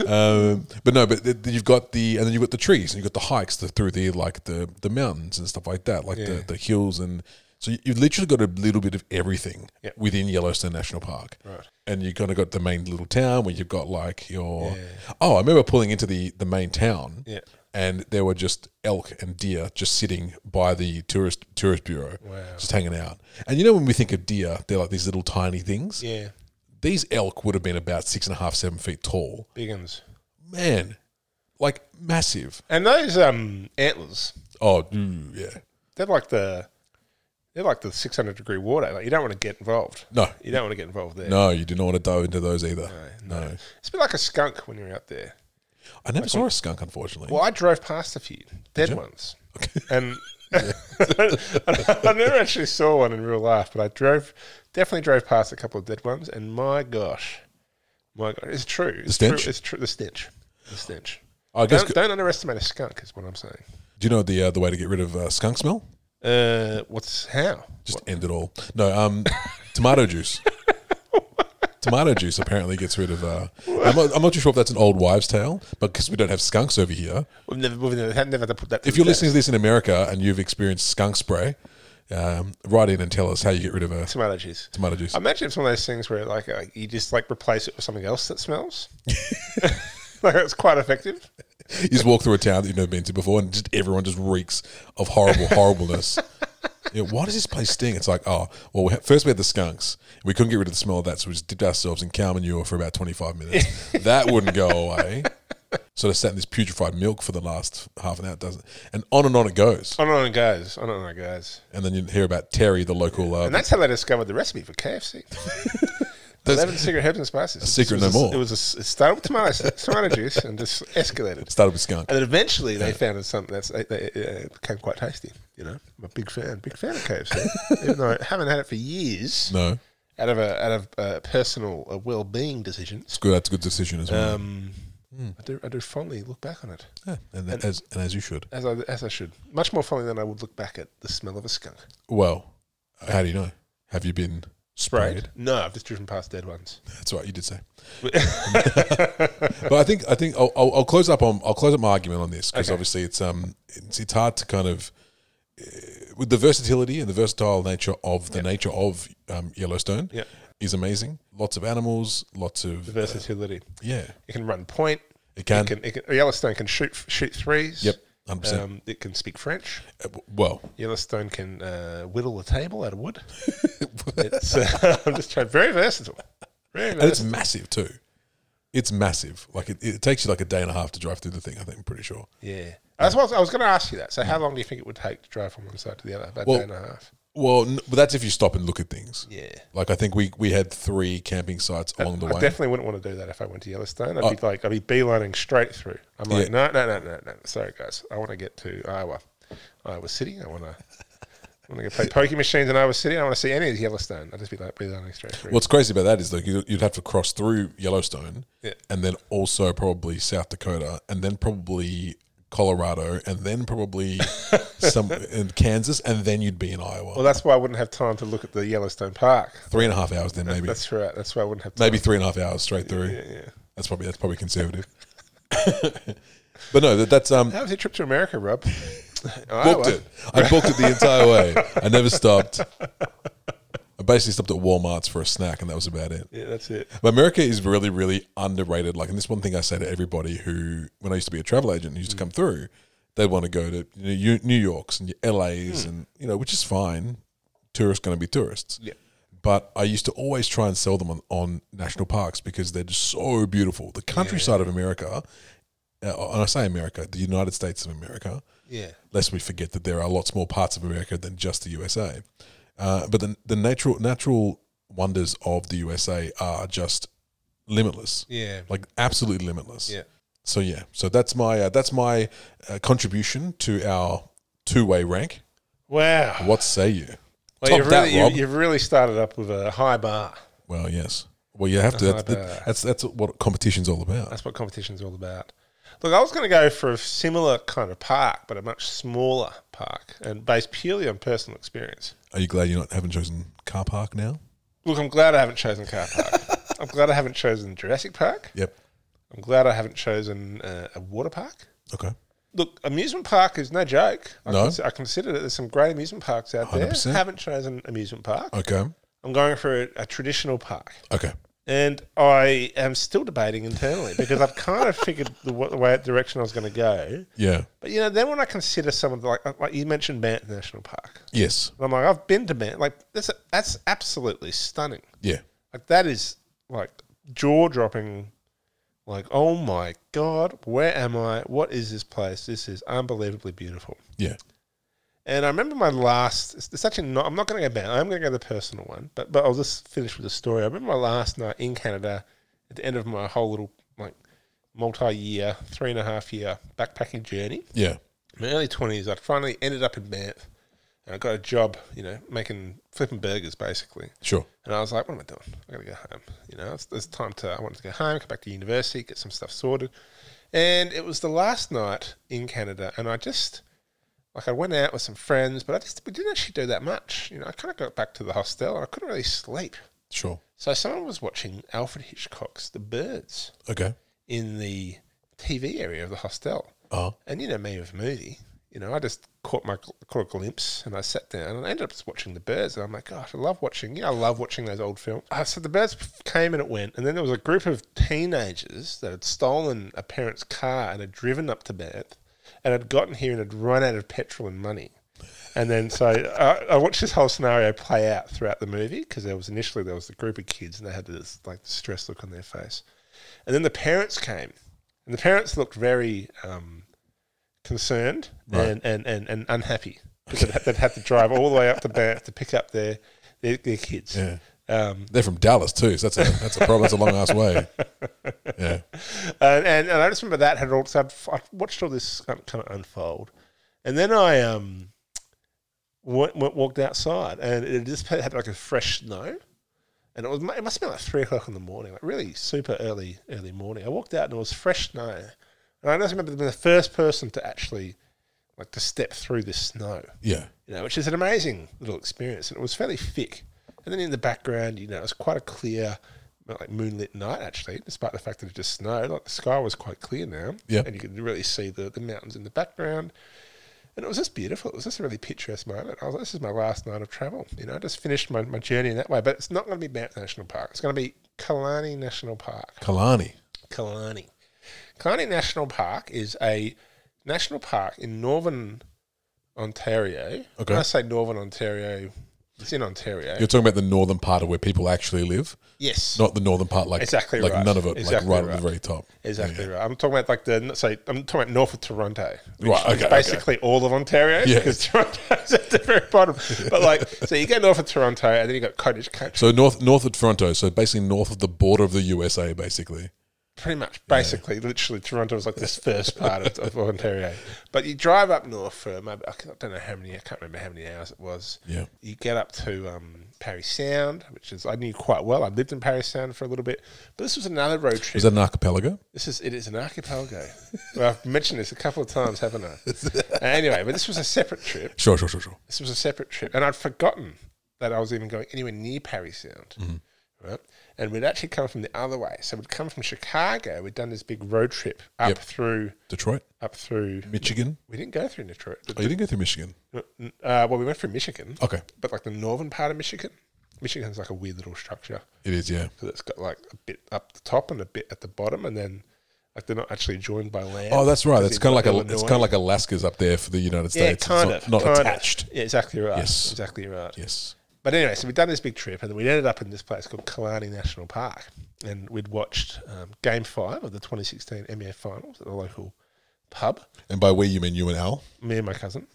Speaker 1: Um, but no, but th- you've got the and then you've got the trees and you've got the hikes the, through the like the the mountains and stuff like that, like the, the hills and so you- you've literally got a little bit of everything
Speaker 2: Yep.
Speaker 1: within Yellowstone National Park.
Speaker 2: Right.
Speaker 1: And you kind of got the main little town where you've got like your oh, I remember pulling into the the main town.
Speaker 2: Yeah.
Speaker 1: And there were just elk and deer just sitting by the tourist tourist bureau, just hanging out. And you know when we think of deer, they're like these little tiny things
Speaker 2: Yeah.
Speaker 1: these elk would have been about six and a half, seven feet tall.
Speaker 2: Big ones.
Speaker 1: Man, like massive.
Speaker 2: And those um, antlers,
Speaker 1: Oh, mm, yeah.
Speaker 2: they're like the they're like the 600 degree water. Like you don't want to get involved.
Speaker 1: No,
Speaker 2: You don't want to get involved there.
Speaker 1: no, you do not want to dive into those either. No.
Speaker 2: It's a bit like a skunk when you're out there.
Speaker 1: I never saw a skunk, unfortunately.
Speaker 2: Well, I drove past a few dead ones, and I never actually saw one in real life. But I drove, definitely drove past a couple of dead ones, and my gosh, my gosh, it's true. It's
Speaker 1: stench?
Speaker 2: True, it's true. The stench. The stench.
Speaker 1: I guess,
Speaker 2: Don't, don't underestimate a skunk. Is what I'm saying.
Speaker 1: do you know the, uh, the way to get rid of uh, skunk smell?
Speaker 2: Uh, what's how?
Speaker 1: Just end it all. No, um, tomato juice. tomato juice apparently gets rid of. Uh, I'm, not, I'm not too sure if that's an old wives' tale, but because we don't have skunks over here,
Speaker 2: We've never, we've never, never had to put that.
Speaker 1: if you're listening to this in America and you've experienced skunk spray, um, write in and tell us how you get rid of a
Speaker 2: tomato juice.
Speaker 1: tomato juice.
Speaker 2: I imagine it's one of those things where like uh, you just like replace it with something else that smells. like it's quite effective.
Speaker 1: You just walk through a town that you've never been to before, and just everyone just reeks of horrible horribleness. You know, why does this place stink? It's like, oh, well, we ha- first we had the skunks. We couldn't get rid of the smell of that, so we just dipped ourselves in cow manure for about 25 minutes. that wouldn't go away. So they sat in this putrefied milk for the last half an hour, doesn't And on and on it goes.
Speaker 2: On and on it goes. On and on it goes.
Speaker 1: And then you hear about Terry, the local. Uh,
Speaker 2: And that's how they discovered the recipe for KFC.
Speaker 1: That's-
Speaker 2: Eleven secret herbs and spices.
Speaker 1: secret
Speaker 2: This was
Speaker 1: no
Speaker 2: a-
Speaker 1: more.
Speaker 2: It was a s it started with tomato, tomato juice and just escalated.
Speaker 1: started with skunk.
Speaker 2: And then eventually they found something that's they, they, uh, it became quite tasty. You know, I'm a big fan, big fan of KFC, even though I haven't had it for years
Speaker 1: No,
Speaker 2: out of a out of uh, personal uh, well being decisions.
Speaker 1: it's good. That's a good decision as well.
Speaker 2: Um,
Speaker 1: Mm.
Speaker 2: I do I do fondly look back on it
Speaker 1: yeah, and, that- as and as you should.
Speaker 2: as I as I should much more fondly than I would look back at the smell of a skunk
Speaker 1: Well, how do you know? Have you been sprayed?
Speaker 2: No, I've just driven past dead ones.
Speaker 1: That's right. You did say. but I think I think I'll, I'll, I'll close up on I'll close up my argument on this because
Speaker 2: Okay.
Speaker 1: obviously it's um it's, it's hard to kind of uh, with the versatility and the versatile nature of the nature of um, Yellowstone
Speaker 2: Yeah.
Speaker 1: is amazing. Lots of animals, lots of
Speaker 2: The versatility.
Speaker 1: yeah.
Speaker 2: It can run point.
Speaker 1: It can,
Speaker 2: It can, it can, Yellowstone can shoot shoot threes.
Speaker 1: yep, hundred percent. Eh,
Speaker 2: Um, it can speak French.
Speaker 1: Well,
Speaker 2: Yellowstone can uh, whittle a table out of wood. it's, uh, I'm just trying. Very versatile. Very
Speaker 1: and it's
Speaker 2: versatile.
Speaker 1: massive too. It's massive. Like it, it takes you like a day and a half to drive through the thing. I think I'm pretty sure.
Speaker 2: Yeah. That's what I was, I was going to ask you that. So, how long do you think it would take to drive from one side to the other? About a
Speaker 1: Well-
Speaker 2: day and a half.
Speaker 1: Well, n- but that's if you stop and look at things.
Speaker 2: Yeah.
Speaker 1: Like I think we we had three camping sites along the
Speaker 2: I
Speaker 1: way.
Speaker 2: definitely wouldn't want to do that if I went to Yellowstone. I'd be like, I'd be beelining straight through. I'm like, no, no, no, no, no. Sorry, guys. I want to get to Iowa, Iowa City. I want to, I want to go play poker machines in Iowa City. I want to see any of Yellowstone. I'd just be like beelining straight through.
Speaker 1: What's crazy about that is like you- you'd have to cross through Yellowstone,
Speaker 2: Yeah.
Speaker 1: and then also probably South Dakota, and then probably Colorado, and then probably some in Kansas, and then you'd be in Iowa.
Speaker 2: well, that's why I wouldn't have time to look at the Yellowstone Park.
Speaker 1: three and a half hours, then maybe
Speaker 2: That's right. That's why I wouldn't have time.
Speaker 1: maybe three and a half hours straight through.
Speaker 2: Yeah.
Speaker 1: That's probably that's probably conservative. but no, that, that's um.
Speaker 2: How was your trip to America, Rob?
Speaker 1: booked it. I booked it the entire way. I never stopped. I basically stopped at Walmart's for a snack, and that was about it.
Speaker 2: Yeah, that's it.
Speaker 1: But America is really, really underrated. Like, and this one thing I say to everybody who, when I used to be a travel agent, and used to come through, they'd want to go to you know, you- New York's and your LA's, and you know, which is fine. Tourists going to be tourists.
Speaker 2: Yeah.
Speaker 1: But I used to always try and sell them on, on national parks because they're just so beautiful. The countryside of America, uh, and I say America, the United States of America,
Speaker 2: Yeah.
Speaker 1: lest we forget that there are lots more parts of America than just the USA. Uh, but the, the natural natural wonders of the USA are just limitless,
Speaker 2: Yeah.
Speaker 1: like absolutely limitless.
Speaker 2: Yeah.
Speaker 1: So yeah, so that's my uh, that's my uh, contribution to our two way rank.
Speaker 2: Wow.
Speaker 1: What say you?
Speaker 2: Well,
Speaker 1: Top
Speaker 2: you've
Speaker 1: that,
Speaker 2: really, you,
Speaker 1: Rob.
Speaker 2: you've really started up with a high bar.
Speaker 1: Well, yes. Well, you have to. That's
Speaker 2: Uh,
Speaker 1: that's, that's what competition's all about.
Speaker 2: That's what competition's all about. Look, I was going to go for a similar kind of park, but a much smaller park and based purely on personal experience.
Speaker 1: Are you glad you are not haven't chosen car park now?
Speaker 2: Look, I'm glad I haven't chosen car park. I'm glad I haven't chosen Jurassic Park.
Speaker 1: Yep.
Speaker 2: I'm glad I haven't chosen uh, a water park.
Speaker 1: Okay.
Speaker 2: Look, amusement park is no joke. I,
Speaker 1: No.
Speaker 2: I consider that there's some great amusement parks out there.
Speaker 1: 100%.
Speaker 2: Haven't chosen amusement park.
Speaker 1: Okay.
Speaker 2: I'm going for a, a traditional park.
Speaker 1: Okay.
Speaker 2: And I am still debating internally because I've kind of figured the, wa- the way direction I was going to go.
Speaker 1: Yeah.
Speaker 2: But you know, then when I consider some of the like, like you mentioned Banff National Park,
Speaker 1: Yes.
Speaker 2: and I'm like, I've been to Banff. Like that's that's absolutely stunning.
Speaker 1: Yeah.
Speaker 2: Like that is like jaw dropping. Like oh my god, where am I? What is this place? This is unbelievably beautiful.
Speaker 1: Yeah.
Speaker 2: And I remember my last. It's, it's actually not. I'm not going to go Banff. I'm going to go the personal one. But but I'll just finish with a story. I remember my last night in Canada, at the end of my whole little like multi-year, three and a half year backpacking journey
Speaker 1: Yeah.
Speaker 2: my early twenties, I finally ended up in Banff, and I got a job, you know, making flipping burgers basically.
Speaker 1: Sure.
Speaker 2: And I was like, "What am I doing? I gotta go home." You know, it's, it's time to. I wanted to go home, come back to university, get some stuff sorted. And it was the last night in Canada, and I just like I went out with some friends, but I just we didn't actually do that much. You know, I kind of got back to the hostel, and I couldn't really sleep.
Speaker 1: Sure.
Speaker 2: So someone was watching Alfred Hitchcock's The Birds
Speaker 1: Okay.
Speaker 2: in the TV area of the hostel.
Speaker 1: Uh
Speaker 2: And you know me with a movie. You know, I just caught my caught a glimpse and I sat down and I ended up just watching the birds and I'm like, gosh, I love watching. You know, I love watching those old films. Uh, so the birds came and it went, and then there was a group of teenagers that had stolen a parent's car and had driven up to Banff and had gotten here and had run out of petrol and money. And then so I, I watched this whole scenario play out throughout the movie because there was initially there was the group of kids and they had this like distressed look on their face, and then the parents came, and the parents looked very um, concerned and, and, and, and unhappy because they'd, they'd had to drive all the way up to Banff to pick up their their, their kids.
Speaker 1: Yeah.
Speaker 2: Um,
Speaker 1: They're from Dallas too, so that's a that's a problem. That's a long ass way. Yeah,
Speaker 2: and, and and I just remember that had all so I'd, I watched all this kind of, kind of unfold, and then I um went, went walked outside, and it just had had like a fresh snow, and it was it must have been like three o'clock in the morning, like really super early early morning. I walked out and it was fresh snow, and I just remember being the first person to actually like to step through this snow
Speaker 1: yeah.
Speaker 2: you know, which is an amazing little experience. And it was fairly thick. And then in the background, you know, it was quite a clear, like moonlit night actually, despite the fact that it just snowed. Like the sky was quite clear now,
Speaker 1: Yeah.
Speaker 2: and you could really see the, the mountains in the background. And it was just beautiful. It was just a really picturesque moment. I was like, this is my last night of travel. You know, I just finished my, my journey in that way. But it's not going to be Banff National Park. It's going to be Kalani National Park.
Speaker 1: Kalani.
Speaker 2: Kalani. Kalani National Park is a national park in northern Ontario.
Speaker 1: Okay.
Speaker 2: When I say northern Ontario, it's in Ontario.
Speaker 1: You're talking about the northern part of where people actually live,
Speaker 2: yes.
Speaker 1: not the northern part like
Speaker 2: Exactly
Speaker 1: like
Speaker 2: right.
Speaker 1: none of it,
Speaker 2: Exactly
Speaker 1: like right,
Speaker 2: right.
Speaker 1: at the very top.
Speaker 2: Exactly right. I'm talking about like the so I'm talking about north of Toronto, which
Speaker 1: Right,
Speaker 2: is
Speaker 1: okay,
Speaker 2: basically all of Ontario
Speaker 1: Yeah.
Speaker 2: because Toronto's at the very bottom. But like, so you go north of Toronto, and then you got cottage country,
Speaker 1: So north north of Toronto, so basically north of the border of the USA, basically.
Speaker 2: pretty much, basically, literally, Toronto was like this first part of, of Ontario. But you drive up north for maybe I don't know how many, I can't remember how many hours it was.
Speaker 1: Yeah.
Speaker 2: you get up to um, Parry Sound, which is I knew quite well. I lived in Parry Sound for a little bit, but this was another road trip.
Speaker 1: Is that an archipelago?
Speaker 2: this is it is an archipelago. well, I've mentioned this a couple of times, haven't I? anyway, but this was a separate trip.
Speaker 1: Sure, sure, sure, sure.
Speaker 2: This was a separate trip, and I'd forgotten that I was even going anywhere near Parry Sound.
Speaker 1: Mm-hmm.
Speaker 2: Right? And we'd actually come from the other way, so we'd come from Chicago. We'd done this big road trip up
Speaker 1: Yep.
Speaker 2: through,
Speaker 1: Detroit,
Speaker 2: up through.
Speaker 1: Michigan.
Speaker 2: We didn't go through Detroit.
Speaker 1: Oh, you didn't go through Michigan.
Speaker 2: Uh, well, we went through Michigan
Speaker 1: Okay,
Speaker 2: but like the northern part of Michigan, Michigan's like a weird little structure
Speaker 1: it is. Yeah.
Speaker 2: because it's got like a bit up the top and a bit at the bottom, and then like they're not actually joined by land.
Speaker 1: Oh, that's right. It's
Speaker 2: Because in
Speaker 1: kind of like a,
Speaker 2: Illinois-
Speaker 1: it's kind of like Alaska's up there for the United
Speaker 2: yeah,
Speaker 1: States. It's
Speaker 2: kind
Speaker 1: not-
Speaker 2: of
Speaker 1: not,
Speaker 2: kind of.
Speaker 1: attached.
Speaker 2: Yeah, exactly right.
Speaker 1: Yes.
Speaker 2: exactly right.
Speaker 1: Yes.
Speaker 2: But anyway, so we'd done this big trip, and then we'd ended up in this place called Kalani National Park, and we'd watched um, Game Five of the 2016 NBA E Finals at the local pub.
Speaker 1: And by we, you mean you and Al?
Speaker 2: me and my cousin.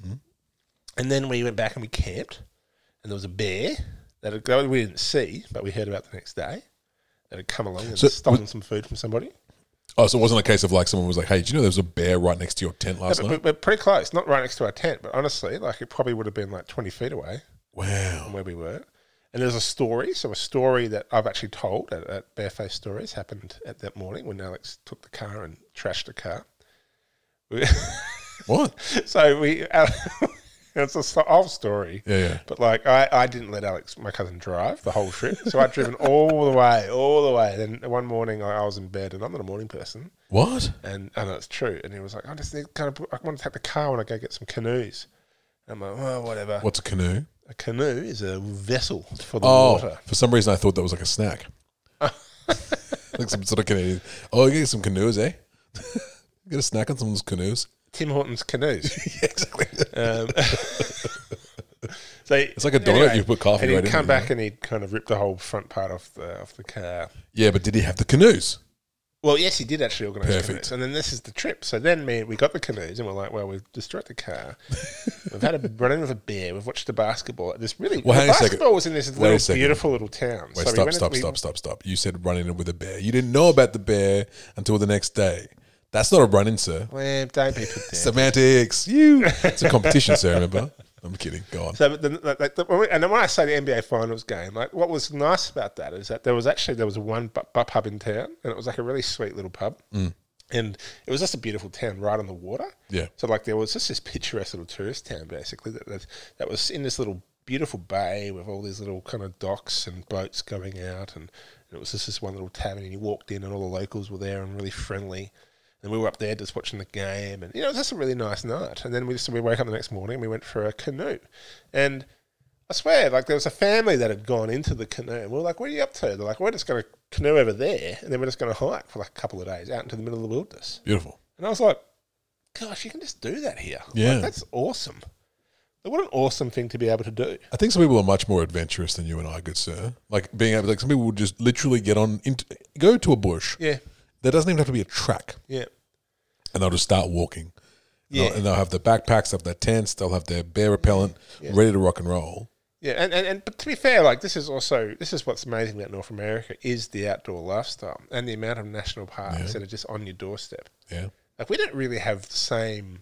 Speaker 2: And then we went back and we camped, and there was a bear that, that we didn't see, but we heard about the next day that had come along and
Speaker 1: So-
Speaker 2: stolen some food from somebody.
Speaker 1: Oh, so it wasn't a case of like someone was like, "Hey, do you know there was a bear right next to your tent last
Speaker 2: But
Speaker 1: night?"
Speaker 2: we're, we're pretty close, not right next to our tent, but honestly, like it probably would have been like 20 feet away from
Speaker 1: Wow.
Speaker 2: where we were. And there's a story, so a story that I've actually told at, at Bareface Stories happened at that morning when Alex took the car and trashed the car. We-
Speaker 1: What?
Speaker 2: so we, it's a s- old story.
Speaker 1: Yeah, yeah.
Speaker 2: But like I, I didn't let Alex, my cousin, drive the whole trip. So I'd driven all the way, all the way. Then one morning I, I was in bed, and I'm not a morning person,
Speaker 1: What?
Speaker 2: and I know it's true. And he was like, I just need kind of, I want to take the car when I go get some canoes. And I'm like, well, whatever.
Speaker 1: What's a canoe?
Speaker 2: A canoe is a vessel for the
Speaker 1: Oh,
Speaker 2: water.
Speaker 1: for some reason I thought that was like a snack. like some sort of Canadian. Oh, you get some canoes, eh? get a snack on someone's canoes.
Speaker 2: Tim Hortons canoes.
Speaker 1: yeah, exactly.
Speaker 2: Um, so it's
Speaker 1: like a donut, you put coffee
Speaker 2: and he'd
Speaker 1: right in
Speaker 2: come
Speaker 1: it,
Speaker 2: back and he'd kind of rip the whole front part off the off the car.
Speaker 1: Yeah, but did he have the canoes?
Speaker 2: Well, yes, he did actually organise
Speaker 1: Perfect.
Speaker 2: canoes, and then this is the trip. So then me, we got the canoes, and we're like, "Well, we've destroyed the car. we've had a run in with a bear. We've watched the basketball. This really
Speaker 1: Well, hang on
Speaker 2: the
Speaker 1: a second.
Speaker 2: basketball was in this
Speaker 1: a
Speaker 2: little
Speaker 1: second.
Speaker 2: beautiful little town.
Speaker 1: Wait,
Speaker 2: we
Speaker 1: stop,
Speaker 2: went-
Speaker 1: stop,
Speaker 2: we-
Speaker 1: stop, stop, stop. You said running in with a bear. You didn't know about the bear until the next day. That's not a run in, sir.
Speaker 2: Well, don't be put down.
Speaker 1: Semantics. You. It's a competition, sir, remember? I'm kidding. Go on.
Speaker 2: So, but then, like, like, the, when we- and then when I say the NBA Finals game, like what was nice about that is that there was actually there was one bu- bu- pub in town, and it was like a really sweet little pub, and it was just a beautiful town right on the water.
Speaker 1: Yeah.
Speaker 2: So like there was just this picturesque little tourist town basically that that, that was in this little beautiful bay with all these little kind of docks and boats going out, and, and it was just this one little tavern, and you walked in, and all the locals were there and really friendly. And we were up there just watching the game, and you know, it was just a really nice night. And then we just we woke up the next morning, and we went for a canoe, and I swear, like there was a family that had gone into the canoe, and we were like, "What are you up to?" They're like, "We're just going to canoe over there, and then we're just going to hike for like a couple of days out into the middle of the wilderness."
Speaker 1: Beautiful.
Speaker 2: And I was like, "Gosh, you can just do that here! Like,
Speaker 1: Yeah.
Speaker 2: that's awesome. Like, What an awesome thing to be able to do."
Speaker 1: I think some people are much more adventurous than you and I, good sir. Like being able, like some people will just literally get on, into, go to a bush.
Speaker 2: Yeah,
Speaker 1: There doesn't even have to be a track,
Speaker 2: yeah,
Speaker 1: and they'll just start walking. And
Speaker 2: Yeah.
Speaker 1: they'll, and they'll have their backpacks, they'll have their tents, they'll have their bear repellent, ready to rock and roll.
Speaker 2: Yeah, and, and, and but to be fair, like this is also this is what's amazing about North America is the outdoor lifestyle and the amount of national parks that are just on your doorstep.
Speaker 1: Yeah.
Speaker 2: Like we don't really have the same.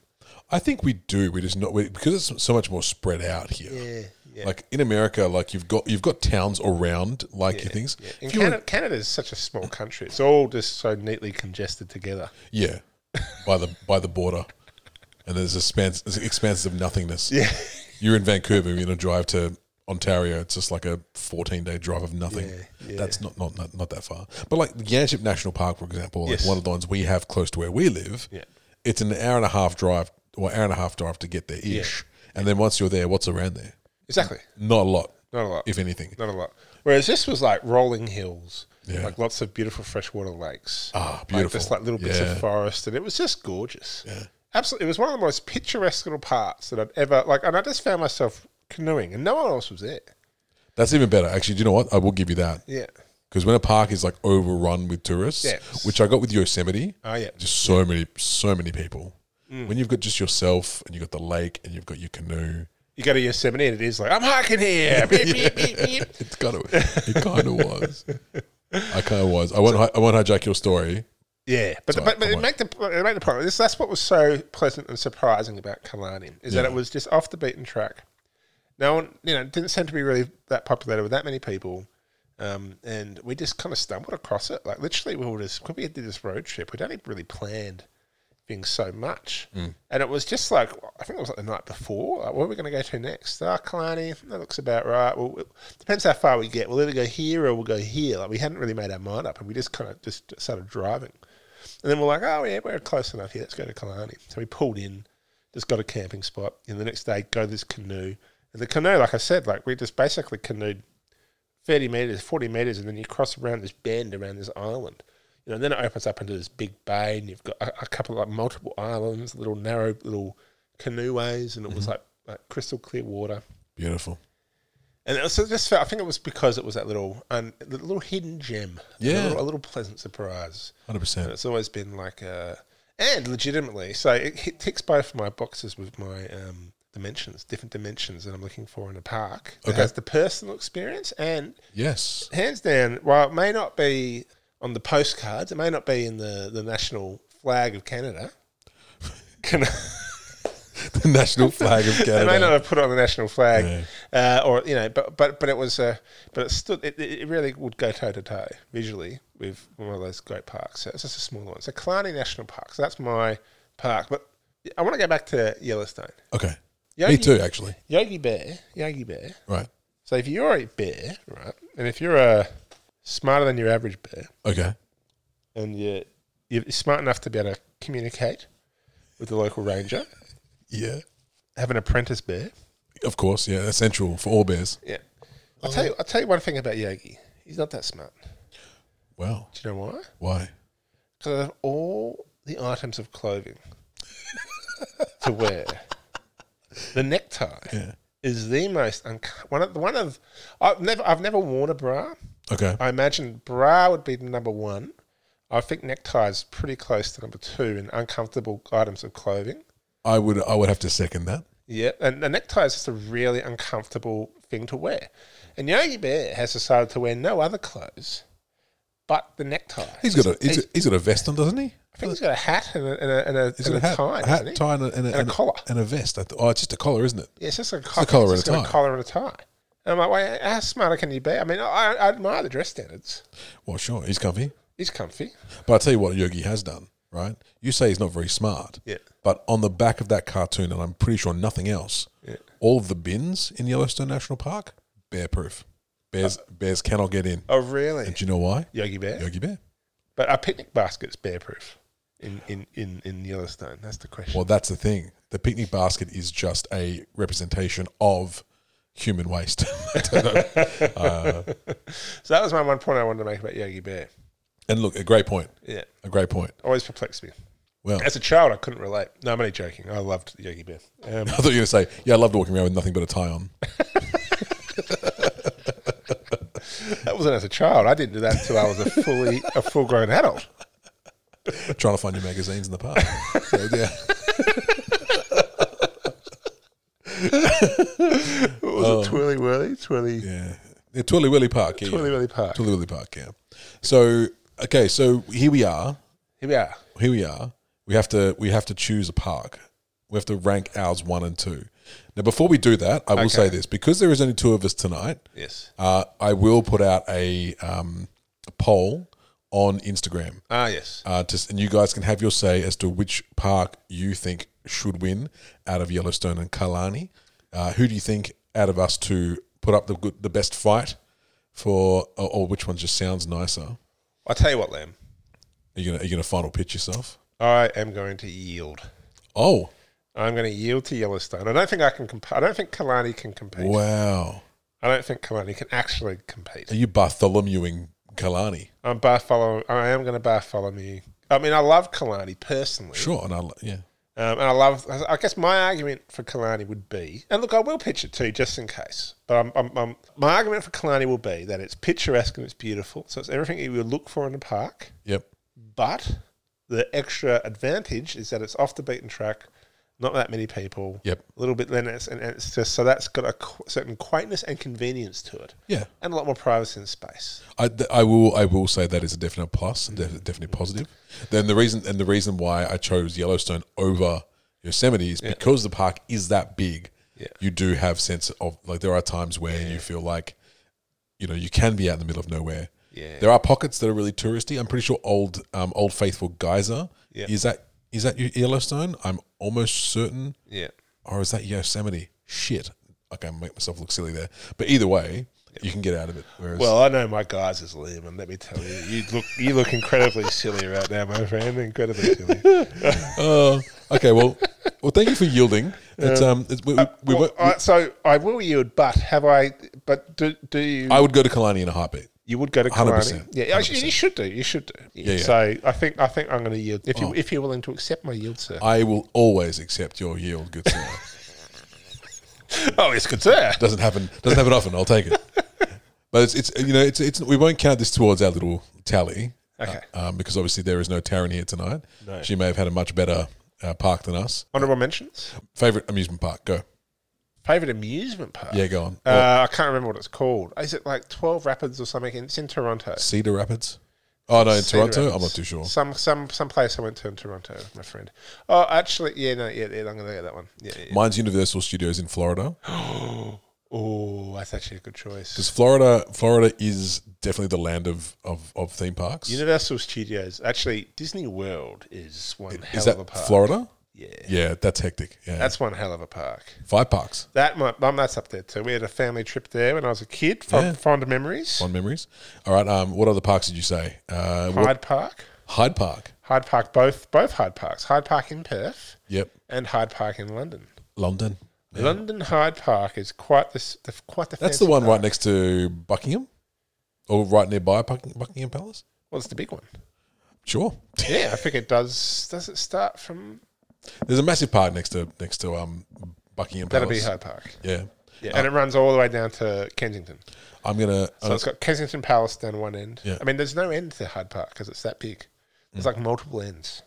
Speaker 1: I think we do. We just not we, because it's so much more spread out here.
Speaker 2: Yeah, yeah.
Speaker 1: Like in America, like you've got you've got towns around like your things.
Speaker 2: yeah. And
Speaker 1: If you were-
Speaker 2: Canada, Canada is such a small country; it's all just so neatly congested together.
Speaker 1: yeah, by the by the border, and there's expanse there's expanses of nothingness.
Speaker 2: Yeah,
Speaker 1: You're in Vancouver, you're gonna drive to Ontario. It's just like a 14 day drive of nothing.
Speaker 2: Yeah, yeah.
Speaker 1: That's not, not not not that far. But like the Yanship National Park, for example, like
Speaker 2: Yes.
Speaker 1: one of the ones we have close to where we live.
Speaker 2: Yeah.
Speaker 1: It's an hour and a half drive or hour and a half drive to get there ish. And then once you're there, what's around there?
Speaker 2: exactly.
Speaker 1: Not a lot,
Speaker 2: Not a lot.
Speaker 1: if anything.
Speaker 2: Not a lot. Whereas this was like rolling hills,
Speaker 1: Yeah.
Speaker 2: like lots of beautiful freshwater lakes.
Speaker 1: Ah,
Speaker 2: Like
Speaker 1: beautiful.
Speaker 2: just like little bits
Speaker 1: Yeah.
Speaker 2: of forest, and it was just gorgeous. Yeah. Absolutely, it was one of the most picturesque little parts that I'd ever like, and I just found myself canoeing, and no one else was there.
Speaker 1: That's even better. Actually, do you know what? I will give you that.
Speaker 2: Yeah.
Speaker 1: Because when a park is like overrun with tourists,
Speaker 2: Yes.
Speaker 1: which I got with Yosemite,
Speaker 2: Oh yeah.
Speaker 1: just so many, so many people. When you've got just yourself and you've got the lake and you've got your canoe,
Speaker 2: You go to Yosemite, and it is like I'm hiking here. Beep, beep, beep, beep.
Speaker 1: it's kind of it kind of was. I kind of was. I won't. hi- I won't hijack your story.
Speaker 2: Yeah, but
Speaker 1: Sorry,
Speaker 2: but, but
Speaker 1: I
Speaker 2: it
Speaker 1: won't.
Speaker 2: make the it make the point. This, that's what was so pleasant and surprising about Kalani is that it was just off the beaten track. No one, you know, it didn't seem to be really that populated with that many people, um, and we just kind of stumbled across it. Like literally, we were just because we did this road trip, we'd only really planned things so much, and it was just like I think it was like the night before. Like, where are we going to go to next? Ah, Kalani, that looks about right. Well, it depends how far we get. We'll either go here or we'll go here. Like we hadn't really made our mind up, and we just kind of just started driving. And then we're like, oh, yeah, we're close enough here. Let's go to Kalani. So we pulled in, just got a camping spot. And the next day, go to this canoe. And the canoe, like I said, like we just basically canoed 30 meters, 40 meters, and then you cross around this bend around this island. You know, and then it opens up into this big bay, and you've got a, a couple of like multiple islands, little narrow little canoe ways, and it was like, like crystal clear water.
Speaker 1: Beautiful.
Speaker 2: And it was it just felt, I think it was because it was that little, un, the little hidden gem.
Speaker 1: Yeah.
Speaker 2: A little, a little pleasant surprise.
Speaker 1: Hundred
Speaker 2: And
Speaker 1: percent.
Speaker 2: it's always been like a and legitimately so it, it ticks both of my boxes with my um dimensions different dimensions that i'm looking for in a park it
Speaker 1: Okay.
Speaker 2: has the personal experience and
Speaker 1: Yes.
Speaker 2: hands down while it may not be on the postcards it may not be in the the national flag of canada Can-
Speaker 1: The national flag of
Speaker 2: they may not
Speaker 1: Canada.
Speaker 2: have put it on the national flag, uh, or you know, but but but it was, uh, but it stood. It, it it really would go toe to toe visually with one of those great parks. So it's just a small one. So Kalani National Park. So that's my park. But I want to go back to Yellowstone.
Speaker 1: Okay.
Speaker 2: Yogi,
Speaker 1: Me too, actually.
Speaker 2: Yogi Bear. Yogi Bear.
Speaker 1: Right.
Speaker 2: So if you're a bear, right, and if you're a smarter than your average bear,
Speaker 1: Okay.
Speaker 2: and you you're smart enough to be able to communicate with the local ranger,
Speaker 1: Yeah.
Speaker 2: have an apprentice bear.
Speaker 1: Of course. Yeah. That's central for all bears.
Speaker 2: Yeah. I'll tell you I'll tell you one thing about Yogi. He's not that smart.
Speaker 1: Wow.
Speaker 2: Do you know why?
Speaker 1: Why?
Speaker 2: Because of all the items of clothing to wear. The necktie
Speaker 1: Yeah.
Speaker 2: is the most unco- one of one of I've never I've never worn a bra.
Speaker 1: Okay.
Speaker 2: I imagine bra would be the number one. I think necktie is pretty close to number two in uncomfortable items of clothing.
Speaker 1: I would. I would have to second that.
Speaker 2: Yeah, and a necktie is just a really uncomfortable thing to wear. And Yogi Bear has decided to wear no other clothes but the necktie.
Speaker 1: He's got a. He's, got- he's got a vest on, doesn't he?
Speaker 2: I think he's got a hat and a, and a, and a,
Speaker 1: He's
Speaker 2: and
Speaker 1: got
Speaker 2: a,
Speaker 1: a hat,
Speaker 2: tie.
Speaker 1: a hat,
Speaker 2: hasn't he?
Speaker 1: tie, and a, and a,
Speaker 2: And a collar.
Speaker 1: and a vest. I th- Oh, it's just a collar, isn't it?
Speaker 2: Yeah, it's just a collar. It's
Speaker 1: collar and
Speaker 2: just
Speaker 1: a
Speaker 2: got
Speaker 1: tie.
Speaker 2: collar and a tie. And I'm like, wait, how smarter can you be? I mean, I, I admire the dress standards.
Speaker 1: Well, sure, he's comfy.
Speaker 2: He's comfy.
Speaker 1: But I tell you what, Yogi has done. Right? You say he's not very smart.
Speaker 2: Yeah.
Speaker 1: But on the back of that cartoon, and I'm pretty sure nothing else.
Speaker 2: Yeah.
Speaker 1: All of the bins in Yellowstone National Park bear proof.
Speaker 2: Uh.
Speaker 1: Bears bears cannot get in.
Speaker 2: Oh, really?
Speaker 1: And do you know why?
Speaker 2: Yogi Bear.
Speaker 1: Yogi Bear.
Speaker 2: But our picnic basket's bear proof in, in, in, in Yellowstone. That's the question.
Speaker 1: Well, that's the thing. The picnic basket is just a representation of human waste. I don't know.
Speaker 2: So that was my one point I wanted to make about Yogi Bear.
Speaker 1: and look, a great point.
Speaker 2: Yeah.
Speaker 1: A great point.
Speaker 2: Always perplexed me.
Speaker 1: Well,
Speaker 2: As a child, I couldn't relate. No, I'm only joking. I loved Yogi Bear. Um,
Speaker 1: I thought you were going to say, yeah, I loved walking around with nothing but a tie on.
Speaker 2: that wasn't as a child. I didn't do that until I was a fully a full grown adult.
Speaker 1: trying to find your magazines in the park. So, yeah.
Speaker 2: What was it? Twirly Whirly? Twirly,
Speaker 1: Oh. Yeah. yeah Twilly Willy Park. Yeah,
Speaker 2: Twirly
Speaker 1: yeah.
Speaker 2: Whirly Park.
Speaker 1: Twilly Willy Park, yeah. So, okay, so here we are.
Speaker 2: Here we are.
Speaker 1: Here we are. We have to we have to choose a park. We have to rank ours 1 and 2. Now before we do that, I will say this because there is only two of us tonight.
Speaker 2: Yes.
Speaker 1: Uh, I will put out a, um, a poll on Instagram,
Speaker 2: Ah, yes.
Speaker 1: uh, to, and you guys can have your say as to which park you think should win out of Yellowstone and Kalani. Uh, who do you think out of us to put up the good, the best fight for, or, or which one just sounds nicer? Are
Speaker 2: I'll tell you what, Lamb.
Speaker 1: you gonna are you gonna final pitch yourself?
Speaker 2: I am going to yield.
Speaker 1: Oh
Speaker 2: I'm going to yield to Yellowstone. I don't think I can compete. I don't think Kalani can compete.
Speaker 1: wow,
Speaker 2: I don't think Kalani can actually compete.
Speaker 1: are you Bartholomewing Kalani?
Speaker 2: I'm Bartholomew. I am going to Bartholomew. I mean, I love Kalani personally.
Speaker 1: Sure, and I li- yeah.
Speaker 2: Um, and I love, I guess my argument for Kalani would be, and look, I will pitch it too, just in case. But I'm, I'm, I'm, my argument for Kalani will be that it's picturesque and it's beautiful. So it's everything you would look for in a park.
Speaker 1: Yep.
Speaker 2: But the extra advantage is that it's off the beaten track, not that many people.
Speaker 1: Yep.
Speaker 2: A little bit then it's, and and it's just, so that's got a qu- certain quaintness and convenience to it.
Speaker 1: Yeah.
Speaker 2: And a lot more privacy and space.
Speaker 1: I, th- I will I will say that is a definite plus, and def- definitely positive. Then the reason and the reason why I chose Yellowstone over Yosemite is because the park is that big.
Speaker 2: Yeah.
Speaker 1: You do have sense of like there are times where you feel like, you know, you can be out in the middle of nowhere.
Speaker 2: Yeah.
Speaker 1: There are pockets that are really touristy. I'm pretty sure old um, old faithful geyser
Speaker 2: Yeah.
Speaker 1: is that is that Yellowstone? I'm almost certain
Speaker 2: Yeah.
Speaker 1: or is that Yosemite? Shit. Okay, I make myself look silly there. But either way, you can get out of it. Whereas
Speaker 2: Well, I know my guys is Liam, and let me tell you, you look you look incredibly silly right now, my friend. Incredibly silly.
Speaker 1: Oh, okay. Well, well, thank you for yielding. It's, um, it's, we, we, we,
Speaker 2: Uh, Well,
Speaker 1: won't-
Speaker 2: I, so I will yield, but have I? But do, do you?
Speaker 1: I would go to Kalani in a heartbeat.
Speaker 2: you would go to
Speaker 1: 100%,
Speaker 2: Kalani. Yeah, actually, you should do. You should do.
Speaker 1: yeah. Oh.
Speaker 2: So I think I think I'm going to yield if you if you're willing to accept my yield, sir.
Speaker 1: I will always accept your yield, good sir.
Speaker 2: oh, it's good, sir.
Speaker 1: doesn't happen. Doesn't happen often. I'll take it. But it's, it's you know it's it's we won't count this towards our little tally.
Speaker 2: Okay.
Speaker 1: uh, um, because obviously there is no Taryn here tonight.
Speaker 2: No.
Speaker 1: She may have had a much better uh, park than us.
Speaker 2: Honorable mentions.
Speaker 1: Favorite amusement park? Go.
Speaker 2: Favorite amusement park.
Speaker 1: Yeah, go on.
Speaker 2: Uh, I can't remember what it's called. Is it like Twelve Rapids or something? It's in Toronto.
Speaker 1: Cedar Rapids. Oh no, in
Speaker 2: Cedar
Speaker 1: Toronto. I'm
Speaker 2: Rapids.
Speaker 1: not too sure.
Speaker 2: Some some some place I went to in Toronto, my friend. Oh, actually, yeah, no, yeah, yeah I'm gonna get that one. Yeah, yeah. yeah.
Speaker 1: Mine's Universal Studios in Florida.
Speaker 2: Oh, that's actually a good choice.
Speaker 1: Because Florida, Florida is definitely the land of of, of theme parks.
Speaker 2: Universal Studios, actually, Disney World is one hell
Speaker 1: is
Speaker 2: of a
Speaker 1: that
Speaker 2: park.
Speaker 1: Florida?
Speaker 2: yeah,
Speaker 1: Yeah, that's hectic. Yeah,
Speaker 2: that's one hell of a park.
Speaker 1: five parks,
Speaker 2: That might, um, that's up there too. We had a family trip there when I was a kid. Fond,
Speaker 1: Yeah.
Speaker 2: fond memories.
Speaker 1: fond memories. All right, um, what other parks did you say? Uh, what-
Speaker 2: Hyde Park,
Speaker 1: Hyde Park.
Speaker 2: Hyde Park, both both Hyde Parks, Hyde Park in Perth
Speaker 1: Yep,
Speaker 2: and Hyde Park in London.
Speaker 1: London.
Speaker 2: London Hyde Park is quite the, s- the quite the.
Speaker 1: That's the
Speaker 2: fancy
Speaker 1: one
Speaker 2: park.
Speaker 1: right next to Buckingham, or right nearby Bucking- Buckingham Palace.
Speaker 2: Well, it's the big one.
Speaker 1: Sure,
Speaker 2: Yeah, I think it does. Does it start from?
Speaker 1: there's a massive park next to next to um Buckingham Palace. Oh.
Speaker 2: That'll be Hyde Park.
Speaker 1: Yeah,
Speaker 2: Yeah, and it runs all the way down to Kensington.
Speaker 1: I'm gonna. uh,
Speaker 2: So it's got Kensington Palace down one end.
Speaker 1: Oh, Yeah. Mm.
Speaker 2: I mean, there's no end to Hyde Park because it's that big. There's like multiple ends.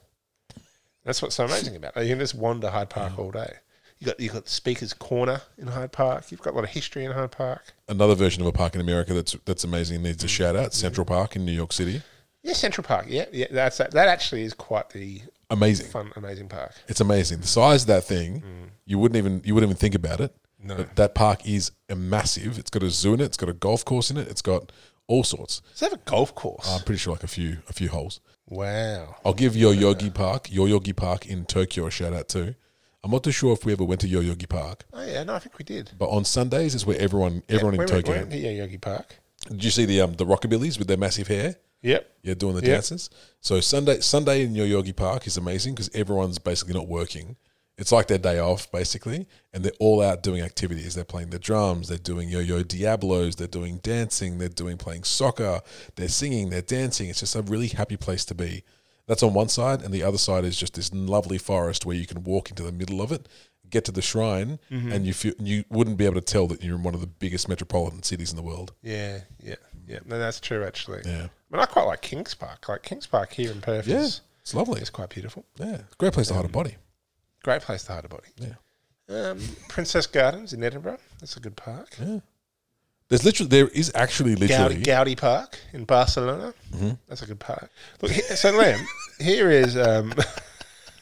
Speaker 2: That's what's so amazing about it. You can just wander Hyde Park all day. You got you got Speaker's Corner in Hyde Park. You've got a lot of history in Hyde Park.
Speaker 1: another version of a park in America that's that's amazing needs
Speaker 2: Mm.
Speaker 1: a shout out. Central Park in New York City,
Speaker 2: Yeah, Central Park. Yeah, yeah. That's that. That actually is quite the
Speaker 1: amazing.
Speaker 2: fun, amazing park.
Speaker 1: It's amazing. The size of that thing, you wouldn't even you wouldn't even think about it.
Speaker 2: Mm. No.
Speaker 1: But that park is a massive. It's got a zoo in it. It's got a golf course in it. It's got all sorts.
Speaker 2: Does it have a golf course?
Speaker 1: I'm pretty sure like a few a few holes.
Speaker 2: wow.
Speaker 1: I'll give Yoyogi Park, Yoyogi Park in Tokyo a shout out too. I'm not too sure if we ever went to Yoyogi Park,
Speaker 2: Oh yeah. No, I think we did.
Speaker 1: but on Sundays is where everyone everyone in
Speaker 2: Wait, wait,
Speaker 1: Tokyo.
Speaker 2: wait. Yeah, Yogi Park.
Speaker 1: Did you see the um the rockabillies with their massive hair?
Speaker 2: Yep.
Speaker 1: Yeah, doing the
Speaker 2: Yeah.
Speaker 1: dances. So Sunday Sunday in Yoyogi Park is amazing because everyone's basically not working. It's like their day off basically, and they're all out doing activities. They're playing the drums, they're doing yo-yo diablos, they're doing dancing, they're doing playing soccer, they're singing, they're dancing. It's just a really happy place to be. That's on one side, and the other side is just this lovely forest where you can walk into the middle of it, get to the shrine, and you feel you wouldn't be able to tell that you're in one of the biggest metropolitan cities in the world.
Speaker 2: Yeah, yeah, yeah. No, that's true actually.
Speaker 1: Yeah.
Speaker 2: I mean, I quite like Kings Park. Like Kings Park here in Perth
Speaker 1: Yeah,
Speaker 2: is
Speaker 1: it's lovely.
Speaker 2: it's quite beautiful.
Speaker 1: Yeah, great place to hide a body.
Speaker 2: Great place to hide a body.
Speaker 1: Yeah.
Speaker 2: Um, Princess Gardens in Edinburgh. That's a good park.
Speaker 1: There's literally there is actually literally
Speaker 2: Gaudi, Gaudi Park in Barcelona.
Speaker 1: Mm-hmm.
Speaker 2: That's a good park. Look, he- so Lamb, here is um,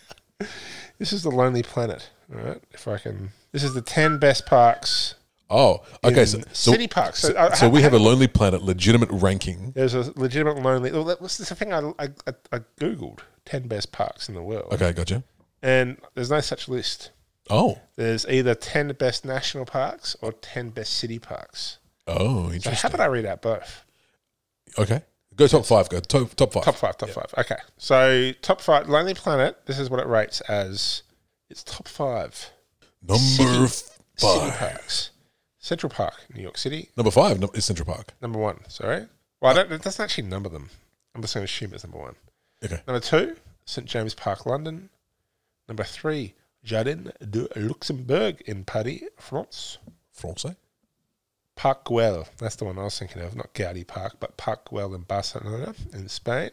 Speaker 2: this is the Lonely Planet. All right, if I can, this is the ten best parks.
Speaker 1: oh okay
Speaker 2: in
Speaker 1: so, so
Speaker 2: city parks. So,
Speaker 1: so,
Speaker 2: uh,
Speaker 1: so we have a Lonely Planet legitimate ranking.
Speaker 2: There's a legitimate lonely. Well, that was the thing I, I, I- I googled ten best parks in the world,
Speaker 1: Okay, gotcha.
Speaker 2: and there's no such list.
Speaker 1: Oh
Speaker 2: There's either ten best national parks or ten best city parks.
Speaker 1: oh
Speaker 2: So
Speaker 1: interesting.
Speaker 2: how about I read out both?
Speaker 1: Okay, go top five. Go top top five.
Speaker 2: Top five, top five. Okay. So top five, Lonely Planet, this is what it rates as it's top five
Speaker 1: Number
Speaker 2: city
Speaker 1: five.
Speaker 2: parks. Central Park, New York City,
Speaker 1: Number five no- is Central Park.
Speaker 2: number one, sorry. Well, I don't, it doesn't actually number them. I'm just going to assume it's number one.
Speaker 1: Okay.
Speaker 2: Number two, St. James Park, London. Number three, Jardin de Luxembourg in Paris, France.
Speaker 1: France.
Speaker 2: Parc Güell, that's the one I was thinking of, not Gaudi Park, but Parc Güell in Barcelona, in Spain.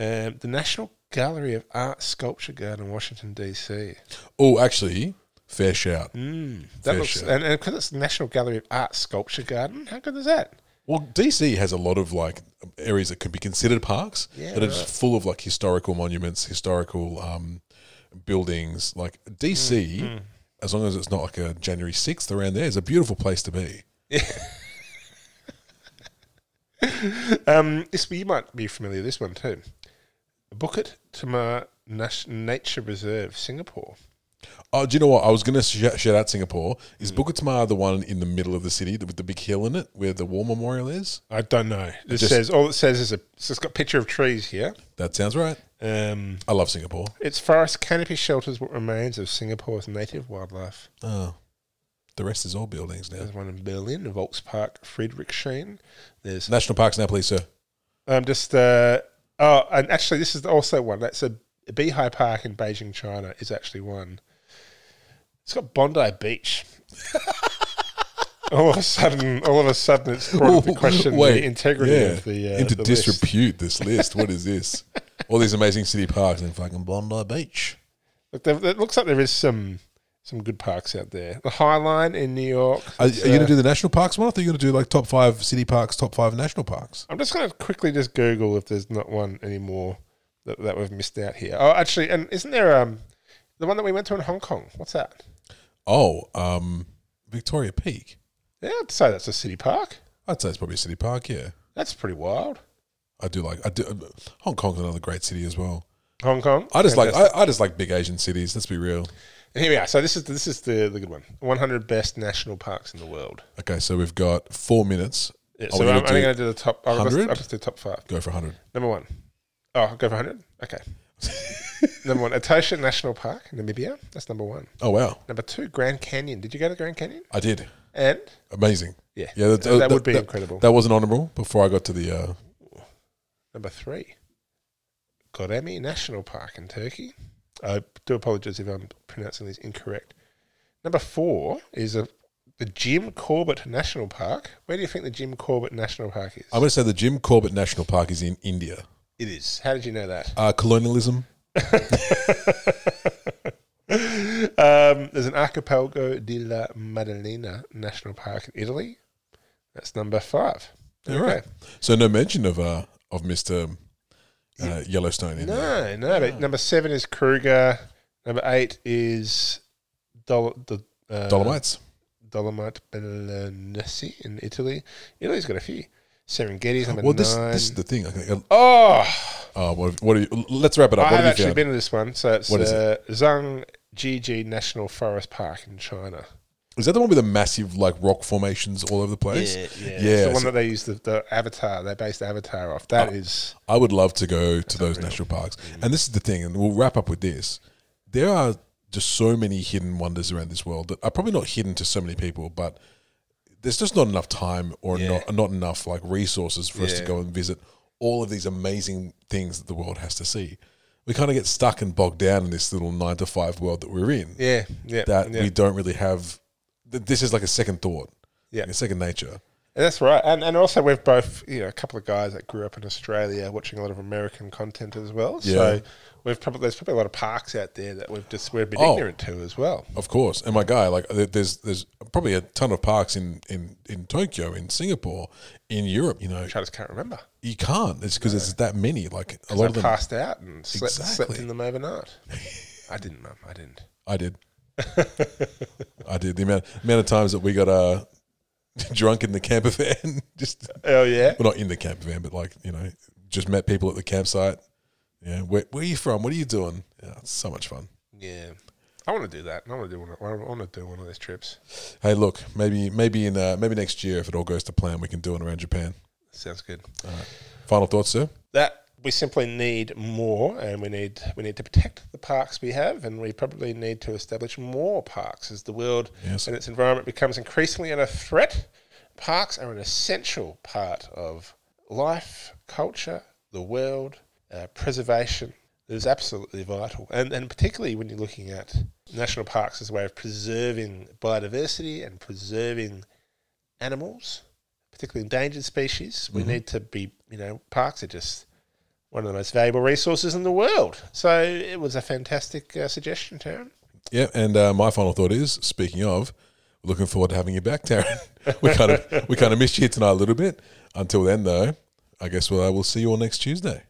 Speaker 2: Um, the National Gallery of Art Sculpture Garden, Washington, D.C.
Speaker 1: Oh, actually, fair shout.
Speaker 2: Mm. That
Speaker 1: Fair
Speaker 2: looks,
Speaker 1: share.
Speaker 2: and because it's the National Gallery of Art Sculpture Garden, how good is that?
Speaker 1: Well, DC has a lot of like areas that could be considered parks
Speaker 2: Yeah,
Speaker 1: that are just full of like historical monuments, historical um, buildings. Like DC,
Speaker 2: Mm,
Speaker 1: as long as it's not like a January sixth around there, is a beautiful place to be.
Speaker 2: Um, this you might be familiar with this one too. Bukit Timah Nas- Nature Reserve, Singapore.
Speaker 1: Oh, do you know what? I was going to sh- shout out Singapore. Is
Speaker 2: Mm.
Speaker 1: Bukit Timah the one in the middle of the city with the big hill in it where the war memorial is?
Speaker 2: I don't know. This
Speaker 1: Just-
Speaker 2: says all it says is a. So it's got a picture of trees here.
Speaker 1: That sounds right.
Speaker 2: Um,
Speaker 1: I love Singapore.
Speaker 2: its forest canopy shelters what remains of Singapore's native wildlife.
Speaker 1: Oh, the rest is all buildings now.
Speaker 2: There's one in Berlin, Volkspark Friedrichshain. There's
Speaker 1: National parks now, please, sir.
Speaker 2: um, just uh, oh, and actually, this is also one. That's a Beehive Park in Beijing, China. Is actually one. It's got Bondi Beach. all of a sudden, all of a sudden, it's brought into question
Speaker 1: Wait,
Speaker 2: the integrity
Speaker 1: yeah.
Speaker 2: of the uh,
Speaker 1: into
Speaker 2: the list.
Speaker 1: disrepute. This list. What is this? All these amazing city parks and fucking Bondi Beach.
Speaker 2: Look, there- it looks like there is some some good parks out there. The High Line in New York.
Speaker 1: Are, are
Speaker 2: is,
Speaker 1: you going to
Speaker 2: uh,
Speaker 1: do the national parks one? I thought you were going to do like top five city parks, top five national parks.
Speaker 2: I'm just going to quickly just Google if there's not one anymore that, that we've missed out here. Oh, actually, and isn't there um the one that we went to in Hong Kong? What's that?
Speaker 1: Oh, um, Victoria Peak.
Speaker 2: Yeah, I'd say that's a city park.
Speaker 1: I'd say it's probably a city park. Yeah,
Speaker 2: That's pretty wild.
Speaker 1: I do like. I do. Hong Kong's another great city as well.
Speaker 2: Hong Kong.
Speaker 1: I just like.
Speaker 2: Fantastic.
Speaker 1: I, I just like big Asian cities. Let's be real.
Speaker 2: Here we are. So this is this is the, the good one. 100 best national parks in the world.
Speaker 1: Okay, so we've got four minutes.
Speaker 2: Yeah,
Speaker 1: Are
Speaker 2: so
Speaker 1: we
Speaker 2: I'm
Speaker 1: gonna
Speaker 2: only
Speaker 1: do
Speaker 2: going to do the top. I'll just,
Speaker 1: 100?
Speaker 2: I'll just do top five.
Speaker 1: Go for hundred.
Speaker 2: Number one. Oh, I'll go for 100. Okay. number one, Etosha National Park, Namibia. That's number one.
Speaker 1: Oh wow,
Speaker 2: Number two, Grand Canyon. Did you go to Grand Canyon?
Speaker 1: I did.
Speaker 2: And
Speaker 1: Amazing.
Speaker 2: yeah,
Speaker 1: Yeah, that,
Speaker 2: that, would be incredible.
Speaker 1: That wasn't honourable. Before I got to the uh,
Speaker 2: Number three, Goremi National Park in Turkey. I do apologize if I'm pronouncing these incorrect. Number four is a, the Jim Corbett National Park. Where do you think the Jim Corbett National Park is?
Speaker 1: I'm going to say the Jim Corbett National Park is in India.
Speaker 2: it is. How did you know that?
Speaker 1: Uh, colonialism.
Speaker 2: Um, there's an Archipelago di la Maddalena National Park in Italy. That's number five.
Speaker 1: All right. So no mention of uh, of Mr. Uh, Yellowstone in there.
Speaker 2: No, no. But number seven is Kruger. Number eight is Dol- the uh,
Speaker 1: Dolomites.
Speaker 2: Dolomite Bellunesi in Italy. Italy's got a few. Serengheti's number
Speaker 1: Well, this
Speaker 2: nine.
Speaker 1: this is the thing. I think,
Speaker 2: oh,
Speaker 1: uh, what, what are you, let's wrap it up.
Speaker 2: I
Speaker 1: what have
Speaker 2: have
Speaker 1: you
Speaker 2: actually
Speaker 1: found?
Speaker 2: been to this one. So it's
Speaker 1: What is
Speaker 2: uh, Zhang Jiji National Forest Park in China.
Speaker 1: Is that the one with the massive like rock formations all over the place?
Speaker 2: yeah.
Speaker 1: Yeah,
Speaker 2: It's the one
Speaker 1: so-
Speaker 2: that they use the, the avatar. They based Avatar off.
Speaker 1: Uh,
Speaker 2: That is
Speaker 1: I would love to go to those national parks.
Speaker 2: Mm.
Speaker 1: And this is the thing, and we'll wrap up with this. There are just so many hidden wonders around this world that are probably not hidden to so many people, but there's just not enough time or
Speaker 2: Yeah.
Speaker 1: not not enough like resources for us to
Speaker 2: Yeah.
Speaker 1: go and visit all of these amazing things that the world has to see. We kind of get stuck and bogged down in this little nine to five world that we're in.
Speaker 2: yeah, yeah,
Speaker 1: That
Speaker 2: yeah.
Speaker 1: we don't really have. That this is like a second thought,
Speaker 2: Yeah.
Speaker 1: like a second nature.
Speaker 2: That's right. And and also we've both you know a couple of guys that grew up in Australia watching a lot of American content as well.
Speaker 1: Yeah.
Speaker 2: So we've probably there's probably a lot of parks out there that we've just we've been
Speaker 1: Oh.
Speaker 2: ignorant to as well.
Speaker 1: Of course, and my guy, like there- there's there's probably a ton of parks in in in Tokyo, in Singapore, in Europe. You know,
Speaker 2: Which I just can't remember.
Speaker 1: you can't. It's because it's that many. Like a lot
Speaker 2: I
Speaker 1: of them.
Speaker 2: passed out and slept, slept
Speaker 1: Exactly.
Speaker 2: in them overnight. I didn't, Mum. I didn't.
Speaker 1: I did. I did the amount amount of times that we got uh drunk in the camper van. Just
Speaker 2: Oh yeah.
Speaker 1: well, not in the camper van, but like you know, just met people at the campsite. Yeah, where, where are you from? What are you doing? Yeah, it's so much fun.
Speaker 2: Yeah. I want to do that. I want to do one. Of, I want to do one of those trips.
Speaker 1: Hey, look, maybe maybe in uh, maybe next year, if it all goes to plan, we can do it around Japan.
Speaker 2: Sounds good.
Speaker 1: Final thoughts, sir?
Speaker 2: That we simply need more, and we need we need to protect the parks we have, and we probably need to establish more parks as the world
Speaker 1: Yes.
Speaker 2: and its environment becomes increasingly under threat. Parks are an essential part of life, culture, the world, uh, preservation. It is absolutely vital, and and particularly when you're looking at national parks as a way of preserving biodiversity and preserving animals, particularly endangered species. We need to be, you know, parks are just one of the most valuable resources in the world. So it was a fantastic uh, suggestion, Taryn.
Speaker 1: Yeah, and uh, my final thought is: speaking of, looking forward to having you back, Darren. we kind of we kind of missed you tonight a little bit. Until then, though, I guess we'll, uh, we'll see you all next Tuesday.